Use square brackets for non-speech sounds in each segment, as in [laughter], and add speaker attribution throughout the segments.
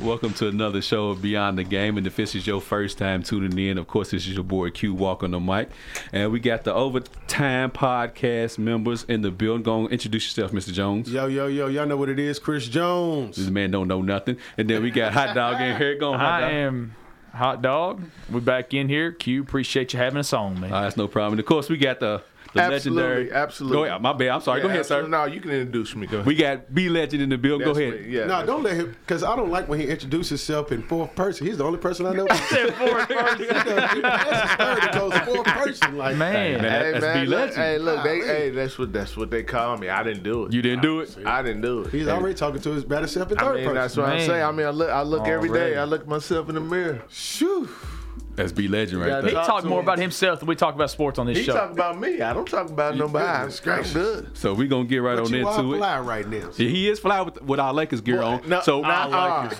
Speaker 1: Welcome to another show of Beyond the Game. And if this is your first time tuning in, of course, this is your boy Q Walk on the mic. And we got the Overtime Podcast members in the building. Go on, introduce yourself, Mr. Jones.
Speaker 2: Yo, yo, yo, y'all know what it is, Chris
Speaker 1: This
Speaker 2: Jones.
Speaker 1: man don't know nothing. And then we got Hot Dog in here. Go on, Hot
Speaker 3: I
Speaker 1: Dog.
Speaker 3: am Hot Dog. We're back in here. Q, appreciate you having us on, man.
Speaker 1: Uh, that's no problem. And of course, we got the, the
Speaker 4: Absolutely,
Speaker 1: legendary.
Speaker 4: absolutely.
Speaker 1: Go ahead. My bad. I'm sorry. Go
Speaker 4: Yeah,
Speaker 1: ahead, sir.
Speaker 4: absolutely. No, you can introduce me. Go ahead.
Speaker 1: We got B Legend in the building. Go
Speaker 4: That's
Speaker 1: ahead.
Speaker 4: me, Yeah.
Speaker 2: No, don't let him, because I don't like when he introduces himself in fourth person. He's the only person I know. [laughs] That's third, it goes fourth person. Like,
Speaker 3: man,
Speaker 1: man.
Speaker 4: Hey
Speaker 1: That's
Speaker 4: man,
Speaker 1: B
Speaker 4: look,
Speaker 1: Legend.
Speaker 4: hey look, they,
Speaker 2: Golly.
Speaker 4: hey that's what that's what they call me. I didn't do it.
Speaker 1: You didn't do it.
Speaker 4: I didn't do it.
Speaker 2: he's already talking to his better self in
Speaker 4: I
Speaker 2: third
Speaker 4: mean, that's
Speaker 2: person.
Speaker 4: what I'm
Speaker 3: Man.
Speaker 4: saying. I mean, I look, I look every day.
Speaker 3: Already.
Speaker 4: I look myself in the mirror.
Speaker 2: Shoo.
Speaker 1: That's B Legend
Speaker 4: Yeah,
Speaker 1: right
Speaker 3: he
Speaker 1: there.
Speaker 4: talk
Speaker 3: talked
Speaker 4: to
Speaker 3: more
Speaker 4: him.
Speaker 3: about himself than we talk about sports on this
Speaker 4: He
Speaker 3: show.
Speaker 4: talk about me. I don't talk about nobody.
Speaker 2: goodness
Speaker 4: I'm
Speaker 2: gracious.
Speaker 4: good.
Speaker 1: So we're going to get right
Speaker 2: But
Speaker 1: on
Speaker 2: you are
Speaker 1: into it.
Speaker 2: fly right now.
Speaker 1: Yeah, he is fly with, with our Lakers gear on.
Speaker 4: No,
Speaker 1: so
Speaker 4: not ours.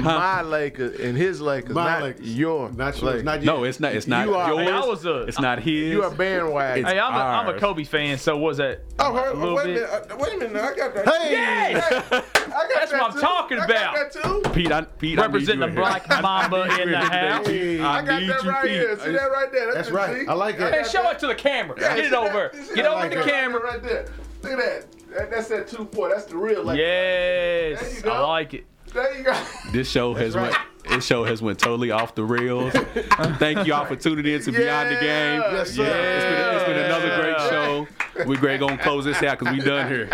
Speaker 4: my Lakers and his Lakers,
Speaker 2: My
Speaker 4: not
Speaker 2: Lakers.
Speaker 4: your
Speaker 2: Not yours,
Speaker 4: Lakers.
Speaker 2: not yours.
Speaker 1: No, it's not. It's not
Speaker 4: You are-
Speaker 1: yours.
Speaker 3: Hey, I was a-
Speaker 1: it's not his.
Speaker 4: you a bandwagon.
Speaker 1: It's-
Speaker 3: hey, I'm a, I'm
Speaker 1: ours.
Speaker 3: a Kobe fan, so was that?
Speaker 4: oh, wait,
Speaker 3: a little
Speaker 4: wait a
Speaker 3: bit.
Speaker 4: minute. Uh, Wait a minute. I got that.
Speaker 2: Hey!
Speaker 4: I got
Speaker 3: That's
Speaker 4: that
Speaker 3: what I'm
Speaker 4: too.
Speaker 3: talking
Speaker 4: I
Speaker 3: about.
Speaker 4: got that too.
Speaker 1: Pete. I, Pete, [laughs]
Speaker 3: Representing
Speaker 1: I
Speaker 3: the
Speaker 1: need you in here.
Speaker 3: Black Mamba in the house. Hey,
Speaker 2: Hey,
Speaker 1: I
Speaker 4: I got
Speaker 1: need
Speaker 4: that
Speaker 1: you,
Speaker 4: right
Speaker 1: Pete.
Speaker 4: here. See that right there?
Speaker 2: That's
Speaker 4: the
Speaker 2: right.
Speaker 4: G.
Speaker 2: I like that.
Speaker 4: got
Speaker 3: show it to the camera.
Speaker 4: Yeah,
Speaker 3: Get it
Speaker 4: see that?
Speaker 3: over. Get
Speaker 4: See that
Speaker 3: over
Speaker 4: right
Speaker 3: to the
Speaker 4: there?
Speaker 3: camera.
Speaker 4: Right there. Look at that. that. That's that two four. That's the real. Like, There you
Speaker 3: Yes,
Speaker 4: go.
Speaker 3: I like it.
Speaker 4: There you go.
Speaker 1: This show has
Speaker 2: right.
Speaker 1: went. This show has went totally off the rails. Thank y'all for tuning in to Beyond the Game.
Speaker 4: Yeah. Yes, sir.
Speaker 1: it's been, it's been another great
Speaker 3: Yeah.
Speaker 1: show. We great gonna close this out because we done here.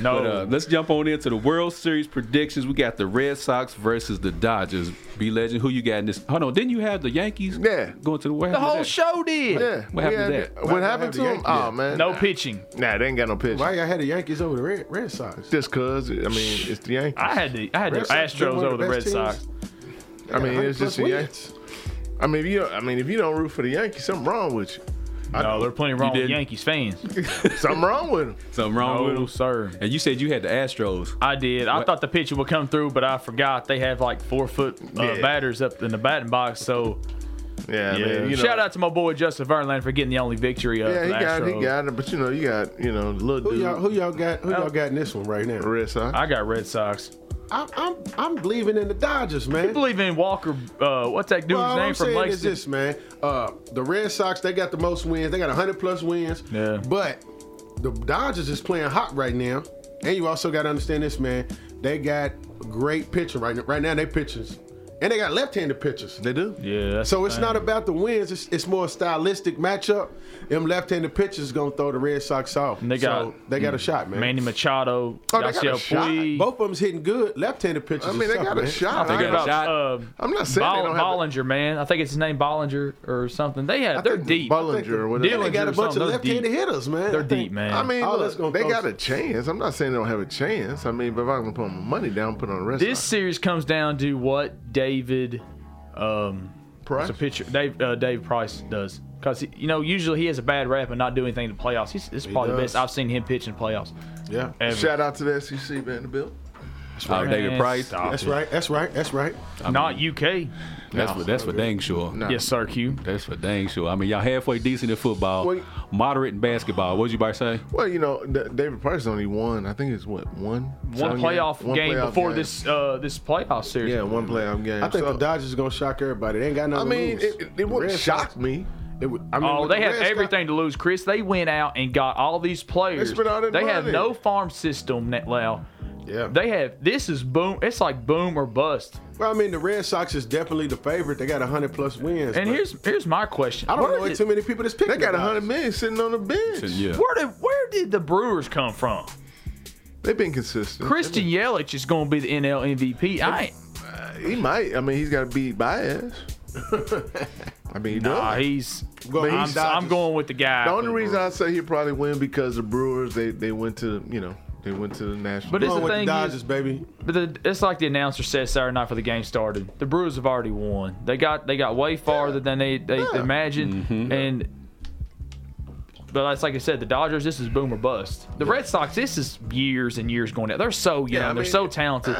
Speaker 3: No,
Speaker 1: But uh, let's jump on into the World Series predictions. We got the Red Sox versus the Dodgers. B Legend, who you got in this? Hold on, didn't you have the Yankees?
Speaker 4: Yeah.
Speaker 1: going to the White
Speaker 3: the whole show did.
Speaker 4: [laughs] Yeah.
Speaker 1: What happened to
Speaker 4: yeah,
Speaker 1: that?
Speaker 4: What happened to him? Oh man.
Speaker 3: No pitching.
Speaker 4: Nah, they ain't got no pitch.
Speaker 2: Why y'all had the Yankees over the Red, Red Sox?
Speaker 4: Just cause. I mean, it's the Yankees.
Speaker 3: I had the I had the
Speaker 2: Red Sox, they're
Speaker 3: Astros
Speaker 2: one
Speaker 3: over
Speaker 2: of the
Speaker 3: the Red
Speaker 2: best
Speaker 3: Sox.
Speaker 4: I mean, it's just the Yankees.
Speaker 2: Yankees.
Speaker 4: I mean, if you. I mean, if you don't root for the Yankees, something wrong
Speaker 3: [laughs]
Speaker 4: with you.
Speaker 3: No, there are plenty wrong with
Speaker 1: didn't?
Speaker 3: Yankees fans.
Speaker 4: Something wrong with them.
Speaker 1: Something wrong with
Speaker 3: Oh,
Speaker 1: them?
Speaker 3: sir.
Speaker 1: And you said you had the Astros.
Speaker 3: I did. I
Speaker 1: What-
Speaker 3: thought the pitcher would come through, but I forgot they have like four foot uh,
Speaker 4: Yeah.
Speaker 3: batters up in the batting box. So
Speaker 4: Yeah,
Speaker 3: yeah.
Speaker 4: man. You know,
Speaker 3: shout out to my boy Justin Verlander for getting the only victory of
Speaker 4: Yeah, he
Speaker 3: the
Speaker 4: got. It,
Speaker 3: Astros.
Speaker 4: he got it. But you know, you got. You know, the little
Speaker 2: Who
Speaker 4: dude.
Speaker 2: y'all, who y'all got? Who y'all got in this one right now?
Speaker 4: Red Sox.
Speaker 3: I got Red Sox.
Speaker 2: I'm, I'm, I'm believing in the Dodgers, man.
Speaker 3: I believe in Walker. Uh, what's that dude's
Speaker 2: Well, all
Speaker 3: name
Speaker 2: I'm
Speaker 3: from
Speaker 2: saying is
Speaker 3: Lexington?
Speaker 2: this, man. Uh, the Red Sox, they got the most wins. They got 100 plus wins.
Speaker 3: Yeah.
Speaker 2: But the Dodgers is playing hot right now. And you also got to understand this, man. They got great pitching right now. Right now, they pitchers. And they got left-handed pitchers.
Speaker 4: they do.
Speaker 3: Yeah. that's
Speaker 2: So
Speaker 3: the
Speaker 2: it's
Speaker 3: thing.
Speaker 2: not about the wins. It's, it's more a stylistic matchup. Them left-handed pitchers gonna throw the Red Sox off.
Speaker 3: And they
Speaker 2: so
Speaker 3: got- Mm,
Speaker 2: they got a shot, man.
Speaker 3: Manny Machado,
Speaker 4: Oh, they got
Speaker 3: Yasiel
Speaker 4: a shot.
Speaker 3: Puig.
Speaker 2: Both of them's hitting good. Left-handed pitchers.
Speaker 4: I mean,
Speaker 2: is
Speaker 4: they
Speaker 2: tough,
Speaker 4: got a
Speaker 2: man.
Speaker 4: shot.
Speaker 1: They
Speaker 4: I
Speaker 1: got a
Speaker 4: ain't-
Speaker 3: About,
Speaker 1: shot.
Speaker 3: uh,
Speaker 4: I'm not saying they
Speaker 3: Ball-
Speaker 4: don't have. a-
Speaker 3: Bollinger, man. I think it's his name Bollinger or something. They have. They're
Speaker 4: think
Speaker 3: deep.
Speaker 4: Bollinger or
Speaker 2: They
Speaker 4: whatever.
Speaker 2: got a
Speaker 3: Bollinger or
Speaker 2: bunch
Speaker 3: something.
Speaker 2: of
Speaker 3: They're
Speaker 2: left-handed
Speaker 3: deep.
Speaker 2: hitters, man.
Speaker 3: They're
Speaker 2: I think-
Speaker 3: deep, man.
Speaker 4: I mean,
Speaker 2: All that's gonna
Speaker 4: look, they
Speaker 2: cost-
Speaker 4: got a chance. I'm not saying they don't have a chance. I mean, but if I'm gonna put my money down, put on the rest.
Speaker 3: This series comes down to what David, um, what's
Speaker 4: Price?
Speaker 3: the pitcher Dave uh, Dave Price does, because you know usually he has a bad rap and not do anything in the playoffs. He's, this is probably the
Speaker 2: does.
Speaker 3: best I've seen him pitch in the playoffs.
Speaker 2: Yeah.
Speaker 3: Ever.
Speaker 4: shout out to the SEC Vanderbilt.
Speaker 1: Uh, David
Speaker 3: Man,
Speaker 1: Price.
Speaker 3: stop
Speaker 2: That's
Speaker 3: it.
Speaker 2: right. That's right. That's right.
Speaker 3: Not UK.
Speaker 1: That's for that's for dang sure.
Speaker 4: No.
Speaker 3: Yes, sir. Q.
Speaker 1: That's for dang sure. I mean, y'all halfway decent in football,
Speaker 4: Well,
Speaker 1: moderate in basketball. What'd you about to say?
Speaker 4: Well, you know, D- David Price only won. I think it's what one
Speaker 3: One
Speaker 4: game?
Speaker 3: playoff
Speaker 4: One
Speaker 3: game
Speaker 4: playoff
Speaker 3: before
Speaker 4: game.
Speaker 3: this uh, this playoff series.
Speaker 4: Yeah, one playoff game.
Speaker 2: I think
Speaker 4: So,
Speaker 2: the Dodgers is gonna shock everybody. They ain't got
Speaker 4: I
Speaker 2: nothing.
Speaker 4: mean,
Speaker 2: to lose.
Speaker 4: it, it, it wouldn't
Speaker 2: Red
Speaker 4: shock
Speaker 2: Sox-
Speaker 4: me.
Speaker 2: It would, I mean,
Speaker 3: Oh,
Speaker 2: with
Speaker 3: they
Speaker 2: the
Speaker 3: have
Speaker 2: Red Sox-
Speaker 3: everything to lose, Chris. They went out and got all these players.
Speaker 4: spent all that
Speaker 3: they have
Speaker 4: money.
Speaker 3: no farm system now.
Speaker 2: Yeah.
Speaker 3: They have this is boom. It's like boom or bust.
Speaker 2: well, I mean, the Red Sox is definitely the favorite. They got hundred plus wins.
Speaker 3: And
Speaker 2: but
Speaker 3: here's here's my question.
Speaker 2: I don't
Speaker 3: where
Speaker 2: know
Speaker 3: did,
Speaker 2: too many people that's picking.
Speaker 4: They got
Speaker 2: the
Speaker 4: a hundred
Speaker 2: Dodgers.
Speaker 4: million sitting on the bench.
Speaker 1: Yeah.
Speaker 3: where did where did the Brewers come from?
Speaker 4: They've been consistent.
Speaker 3: Christian Yelich is going to be the NL MVP. I ain't-
Speaker 4: he might. I mean, he's got to
Speaker 2: [laughs]
Speaker 4: beat Baez. I mean, he
Speaker 3: nah,
Speaker 4: does.
Speaker 3: he's.
Speaker 2: Go-
Speaker 4: But
Speaker 3: I'm,
Speaker 4: he's-
Speaker 3: I'm going with the guy.
Speaker 4: The only reason I say he probably win because the Brewers they they went to you know they went to the national.
Speaker 3: But it's-
Speaker 2: Going
Speaker 3: the
Speaker 2: with the
Speaker 3: thing
Speaker 2: Dodgers,
Speaker 3: is-
Speaker 2: baby.
Speaker 3: But the, it's like the announcer said Saturday night for the game started. The Brewers have already won. They got they got way farther than they they imagined. And but that's like I said, the Dodgers. This is boom or bust. The Red Sox. This is years and years going down. They're so young.
Speaker 4: I
Speaker 3: They're
Speaker 4: mean,
Speaker 3: so talented.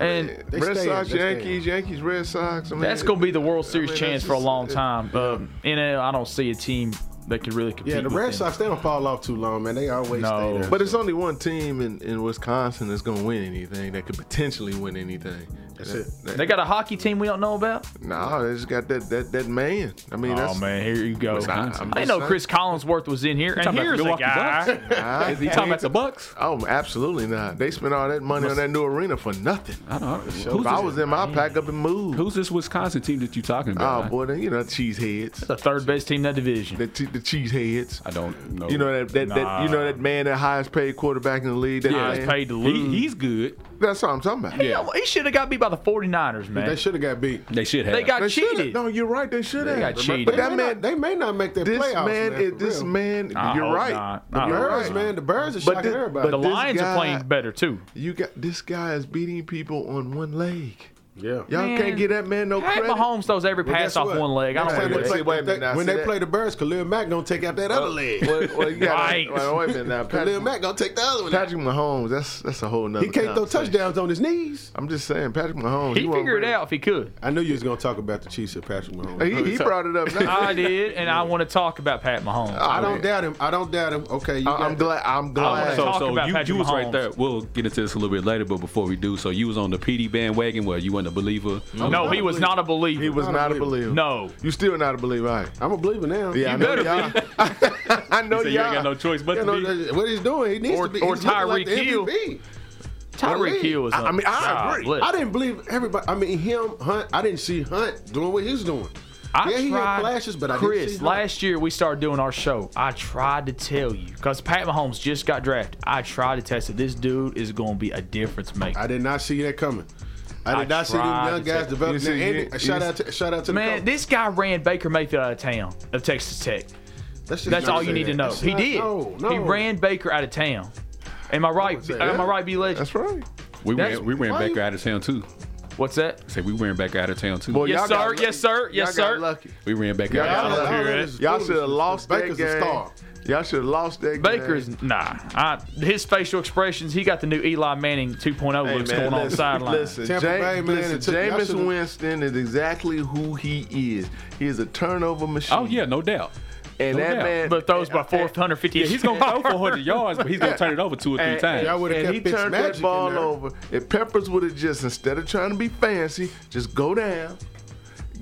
Speaker 3: and
Speaker 2: They
Speaker 4: Red
Speaker 2: staying,
Speaker 4: Sox,
Speaker 2: they staying.
Speaker 4: Yankees, Yankees, Red Sox. I mean,
Speaker 3: that's gonna be the World
Speaker 4: I
Speaker 3: Series
Speaker 4: mean,
Speaker 3: chance
Speaker 4: that's
Speaker 3: for a
Speaker 4: just-
Speaker 3: long
Speaker 4: it-
Speaker 3: time. Um, NL, I don't see a team they could really compete.
Speaker 2: Yeah, the
Speaker 3: with
Speaker 2: Red
Speaker 3: them.
Speaker 2: Sox they don't fall off too long, man. They always
Speaker 3: No.
Speaker 2: stay there.
Speaker 4: [laughs] But it's only one team in, in Wisconsin that's gonna win anything. That could potentially win anything.
Speaker 2: That's
Speaker 4: That-
Speaker 2: it.
Speaker 4: that-
Speaker 3: They got a hockey team we don't know about.
Speaker 4: nah, they just got that that that man. I mean,
Speaker 3: Oh
Speaker 4: that's
Speaker 3: man, here you go. I,
Speaker 1: Wisconsin.
Speaker 3: didn't know Chris Collinsworth was in here. And
Speaker 1: talking about
Speaker 3: here's a
Speaker 1: Milwaukee
Speaker 3: guy.
Speaker 4: I-
Speaker 1: Is he talking about the Bucks?
Speaker 4: Oh, absolutely not. They spent all that money on that new arena for [laughs] nothing.
Speaker 1: I don't know.
Speaker 4: If
Speaker 1: Who's
Speaker 4: I
Speaker 1: this,
Speaker 4: was them, I'd pack up and move.
Speaker 1: who's this Wisconsin team that you talking
Speaker 4: Oh
Speaker 1: about?
Speaker 4: boy, they, you know cheeseheads,
Speaker 3: The third best team in that division.
Speaker 4: the t- the cheeseheads.
Speaker 1: I don't
Speaker 3: Oh,
Speaker 1: know.
Speaker 4: You know that that, that you know that man, that highest paid quarterback in the league. That
Speaker 3: Yeah,
Speaker 4: man?
Speaker 3: he's paid to lose.
Speaker 1: he, he's good.
Speaker 4: That's what I'm talking about.
Speaker 3: He- He should have got beat by the 49ers,
Speaker 2: They
Speaker 3: man.
Speaker 2: should have got beat.
Speaker 1: They should have.
Speaker 3: They got
Speaker 4: They shoulda-
Speaker 3: cheated.
Speaker 4: No, you're right. They should have.
Speaker 3: They got cheated.
Speaker 4: But
Speaker 2: They
Speaker 4: that
Speaker 2: may
Speaker 4: man,
Speaker 2: not- they may not make that
Speaker 4: this
Speaker 2: playoffs. man,
Speaker 4: man,
Speaker 2: for
Speaker 4: is this
Speaker 2: real.
Speaker 4: man.
Speaker 3: I
Speaker 4: you're
Speaker 3: hope
Speaker 4: right.
Speaker 3: not. I
Speaker 4: You're
Speaker 3: hope
Speaker 2: Birds,
Speaker 4: right.
Speaker 2: man, the birds are
Speaker 4: But
Speaker 2: shocking
Speaker 4: the-
Speaker 2: everybody.
Speaker 3: The
Speaker 4: but- this
Speaker 3: Lions
Speaker 4: guy-
Speaker 3: are playing better too.
Speaker 4: You got this guy is beating people on one leg.
Speaker 2: yeah.
Speaker 4: Y'all
Speaker 3: Man.
Speaker 4: can't give that man no
Speaker 3: Pat
Speaker 4: credit.
Speaker 3: Mahomes throws every
Speaker 2: Well,
Speaker 3: pass
Speaker 2: guess
Speaker 3: off
Speaker 2: what?
Speaker 3: one leg. I
Speaker 2: Next
Speaker 3: don't
Speaker 2: time
Speaker 3: care.
Speaker 4: Wait,
Speaker 2: they
Speaker 4: wait,
Speaker 2: play-
Speaker 4: wait a minute,
Speaker 2: they-
Speaker 4: now,
Speaker 2: When
Speaker 4: see
Speaker 2: they
Speaker 4: that-
Speaker 2: play the birds, Khalil Mack gonna take out that other leg.
Speaker 4: Well, well, you gotta-
Speaker 3: Right.
Speaker 4: well, wait a
Speaker 2: [laughs]
Speaker 4: minute now. Pat-
Speaker 2: Khalil Mack gonna take the other one. out.
Speaker 4: Patrick Mahomes, that's that's a whole nother.
Speaker 2: He can't throw
Speaker 4: conversation.
Speaker 2: touchdowns on his knees.
Speaker 4: I'm just saying, Patrick Mahomes.
Speaker 3: He
Speaker 4: won't
Speaker 3: figured it
Speaker 4: bring-
Speaker 3: out if he could.
Speaker 2: I knew you was gonna talk about the Chiefs and Patrick Mahomes.
Speaker 4: He, he brought it up.
Speaker 3: [laughs]
Speaker 4: now.
Speaker 3: I did, and I want to talk about Pat Mahomes.
Speaker 2: I don't doubt him. I don't doubt him. Okay, you
Speaker 4: I- I'm
Speaker 2: got-
Speaker 4: glad.
Speaker 3: wanna
Speaker 4: I'm glad.
Speaker 1: so
Speaker 3: talk
Speaker 1: so
Speaker 3: about
Speaker 1: you,
Speaker 3: Patrick
Speaker 1: you was right
Speaker 3: Mahomes.
Speaker 1: there. We'll get into this a little bit later, but before we do, so you was on the PD bandwagon where you weren't a believer.
Speaker 3: no, he was not a believer.
Speaker 4: he was not a believer.
Speaker 3: No.
Speaker 4: you still not a believer, right?
Speaker 2: I'm a believer now.
Speaker 4: Yeah, I
Speaker 2: You
Speaker 4: know y'all. I know
Speaker 1: So you ain't
Speaker 4: y'all. [laughs]
Speaker 1: got no choice but to
Speaker 2: know
Speaker 1: be.
Speaker 2: that- what he's doing, he needs
Speaker 3: Or-
Speaker 2: to be.
Speaker 3: or
Speaker 2: he's looking like
Speaker 3: Tyreek
Speaker 2: the
Speaker 3: Hill.
Speaker 2: MVP.
Speaker 3: Tyreek Hill was.
Speaker 4: I- I
Speaker 3: a-
Speaker 4: mean, I
Speaker 3: God,
Speaker 4: agree.
Speaker 3: look.
Speaker 2: I didn't believe everybody. I mean, him, Hunt. I didn't see Hunt doing what he's doing.
Speaker 3: I
Speaker 2: yeah, he
Speaker 3: tried,
Speaker 2: had flashes, but I
Speaker 3: Chris,
Speaker 2: didn't see Hunt.
Speaker 3: last year we started doing our show. I tried to tell you because Pat Mahomes just got drafted. I tried to test it. This dude is going to be a difference maker.
Speaker 2: I did not see that coming. I did
Speaker 3: I
Speaker 2: not see them
Speaker 3: tried
Speaker 2: young
Speaker 3: to
Speaker 2: guys
Speaker 3: say-
Speaker 2: develop.
Speaker 4: You see,
Speaker 2: and
Speaker 4: you-
Speaker 2: shout
Speaker 4: you-
Speaker 2: out, to, shout out to the
Speaker 3: Man,
Speaker 2: coach.
Speaker 3: this guy ran Baker Mayfield out of town of Texas Tech.
Speaker 2: that's, just
Speaker 3: That's
Speaker 2: not
Speaker 3: all you
Speaker 2: fair.
Speaker 3: need to know.
Speaker 2: That's
Speaker 3: He
Speaker 2: not-
Speaker 3: did.
Speaker 2: No, no.
Speaker 3: He ran Baker out of town. Am I right?
Speaker 2: say
Speaker 3: Am I
Speaker 2: that.
Speaker 3: right, B Legend?
Speaker 4: That's right.
Speaker 1: We
Speaker 3: That's-
Speaker 1: ran, we ran
Speaker 2: why
Speaker 1: back
Speaker 2: you-
Speaker 1: out of town too.
Speaker 3: What's that?
Speaker 1: Say we ran back out of town too.
Speaker 4: Boy,
Speaker 3: Yes,
Speaker 4: y'all
Speaker 3: sir.
Speaker 4: got lucky.
Speaker 3: Yes, sir. Yes,
Speaker 4: y'all
Speaker 3: sir.
Speaker 4: Got lucky.
Speaker 1: we ran back
Speaker 4: Y'all,
Speaker 1: out.
Speaker 2: got
Speaker 1: of
Speaker 2: lucky.
Speaker 1: town.
Speaker 2: Y'all-
Speaker 4: y'all should have lost
Speaker 2: Baker's a
Speaker 4: that game.
Speaker 2: star.
Speaker 4: Y'all should have lost that game.
Speaker 3: Baker's nah. I, his facial expressions. He got the new Eli Manning 2.0
Speaker 4: Hey,
Speaker 3: looks
Speaker 4: man,
Speaker 3: going on the
Speaker 4: listen, [laughs]
Speaker 3: sideline.
Speaker 4: Listen,
Speaker 2: Tampa
Speaker 4: James,
Speaker 2: Bay, man,
Speaker 4: listen,
Speaker 2: it took- y'all
Speaker 4: Jameis
Speaker 2: should've-
Speaker 4: Winston is exactly who he is. He is a turnover machine.
Speaker 1: Oh yeah, no doubt.
Speaker 4: and
Speaker 1: no
Speaker 4: that
Speaker 1: doubt.
Speaker 4: man.
Speaker 3: Oh, But throws by 450.
Speaker 1: Yeah, he's gonna throw 400
Speaker 3: [laughs]
Speaker 1: yards, but he's gonna turn it over two or three
Speaker 4: And-
Speaker 1: times.
Speaker 2: Y'all would've
Speaker 4: and
Speaker 2: kept
Speaker 4: he
Speaker 2: Fitz
Speaker 4: turned
Speaker 2: Magic
Speaker 4: that
Speaker 2: in
Speaker 4: ball
Speaker 2: there.
Speaker 4: over. If Peppers would have just instead of trying to be fancy, just go down,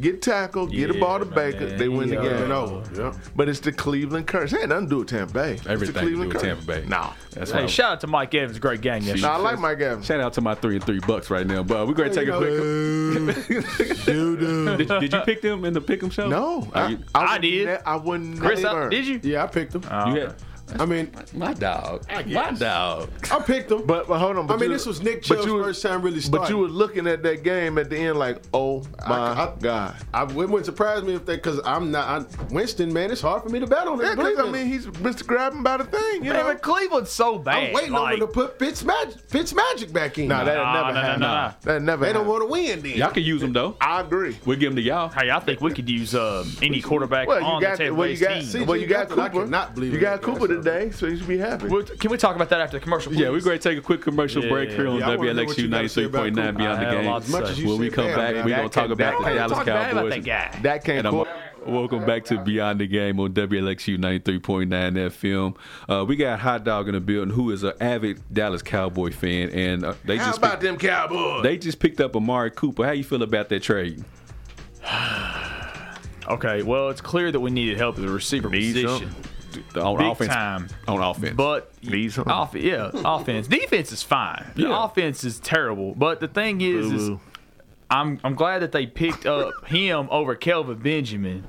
Speaker 4: get tackled, get a
Speaker 3: Yeah,
Speaker 4: ball to
Speaker 3: my
Speaker 4: Baker,
Speaker 3: man.
Speaker 4: they win the
Speaker 3: Yeah.
Speaker 4: game.
Speaker 2: Been over. Yep.
Speaker 4: But it's the Cleveland curse. It had nothing to do with Tampa Bay. It's the
Speaker 1: Everything to do
Speaker 4: Cleveland
Speaker 1: with
Speaker 4: curse.
Speaker 1: Tampa Bay.
Speaker 4: Nah.
Speaker 1: That's
Speaker 3: Hey,
Speaker 1: why.
Speaker 3: shout out to Mike Evans. Great gang yesterday.
Speaker 4: Nah, I like Mike Evans.
Speaker 1: Shout out to my three and three bucks right now, but we're gonna take a quick. Did, [laughs] did you pick them in the pick'em show?
Speaker 4: No,
Speaker 1: Oh, you,
Speaker 3: I
Speaker 4: would
Speaker 3: did.
Speaker 4: ne- I wouldn't.
Speaker 3: Chris, I-
Speaker 4: never.
Speaker 3: did you? Uh,
Speaker 2: Yeah, I picked him.
Speaker 1: you had,
Speaker 2: [laughs] I mean,
Speaker 1: my dog, my dog.
Speaker 2: I picked him.
Speaker 4: But, but hold on. But
Speaker 2: I mean,
Speaker 4: you-
Speaker 2: this was Nick
Speaker 4: but
Speaker 2: Chubb's
Speaker 4: you were-
Speaker 2: first time really starting.
Speaker 4: But you were looking at that game at the end like, oh my
Speaker 2: I-
Speaker 4: god.
Speaker 2: I, it wouldn't surprise me if they, because I'm not I, Winston, man. It's hard for me to bet on
Speaker 4: Yeah,
Speaker 2: that.
Speaker 4: 'cause, I mean, he's Mr. Grabbing by the thing, you
Speaker 3: Man,
Speaker 4: know.
Speaker 3: but Cleveland's so bad.
Speaker 2: I'm waiting on
Speaker 3: like,
Speaker 2: them to put Fitz Magic, Fitz Magic back in.
Speaker 4: Nah, that
Speaker 3: Nah,
Speaker 4: never
Speaker 3: nah,
Speaker 4: happened.
Speaker 3: nah, nah.
Speaker 4: That never.
Speaker 2: they don't want
Speaker 4: happened.
Speaker 2: to win then.
Speaker 1: Y'all can use them though.
Speaker 4: I agree.
Speaker 1: We'll give them to y'all.
Speaker 3: Hey, I think we could use um, any quarterback
Speaker 4: Well,
Speaker 3: on
Speaker 4: you got
Speaker 3: the Tampa
Speaker 4: well,
Speaker 3: Bay
Speaker 4: you got
Speaker 3: team.
Speaker 2: CJ
Speaker 4: well, you got
Speaker 2: Beathard, I
Speaker 4: Cooper.
Speaker 2: cannot believe
Speaker 4: you got
Speaker 2: that guy,
Speaker 4: Cooper
Speaker 2: so.
Speaker 4: today, so you should be happy.
Speaker 3: We'll- Can we talk about that after the commercial?
Speaker 1: Yeah,
Speaker 3: please?
Speaker 1: we're going to take a quick commercial
Speaker 3: Yeah,
Speaker 1: break here on
Speaker 2: yeah, I wanna know what
Speaker 1: WLXU
Speaker 2: you gotta say
Speaker 1: 93.9
Speaker 2: about Cooper.
Speaker 1: Beyond
Speaker 3: I
Speaker 1: the
Speaker 3: have a
Speaker 1: Game.
Speaker 3: lot to
Speaker 2: Much as you
Speaker 1: when we
Speaker 2: said
Speaker 1: come
Speaker 2: bad
Speaker 1: back,
Speaker 2: about
Speaker 1: we're
Speaker 4: that
Speaker 1: going to
Speaker 4: guy,
Speaker 1: talk about
Speaker 4: that
Speaker 1: the
Speaker 4: guy,
Speaker 1: Dallas
Speaker 3: talk bad about
Speaker 1: Cowboys.
Speaker 3: that guy.
Speaker 4: That can't
Speaker 1: And I'm,
Speaker 4: court.
Speaker 1: welcome back to Beyond the Game on WLXU 93.9 FM. Uh, we got Hot Dog in the building, who is an avid Dallas Cowboy fan, and uh, they
Speaker 4: How
Speaker 1: just
Speaker 4: about
Speaker 1: picked,
Speaker 4: them Cowboys?
Speaker 1: they just picked up Amari Cooper. How you feel about that trade?
Speaker 3: Okay, well, it's clear that we needed help at the receiver position.
Speaker 1: On
Speaker 3: Big
Speaker 1: offense,
Speaker 3: time.
Speaker 1: on offense.
Speaker 3: But
Speaker 4: Need something.
Speaker 3: off, yeah, offense. Defense is fine. The
Speaker 1: Yeah.
Speaker 3: offense is terrible. But the thing is, is
Speaker 4: Boo-boo.
Speaker 3: I'm I'm glad that they picked up him over Kelvin Benjamin.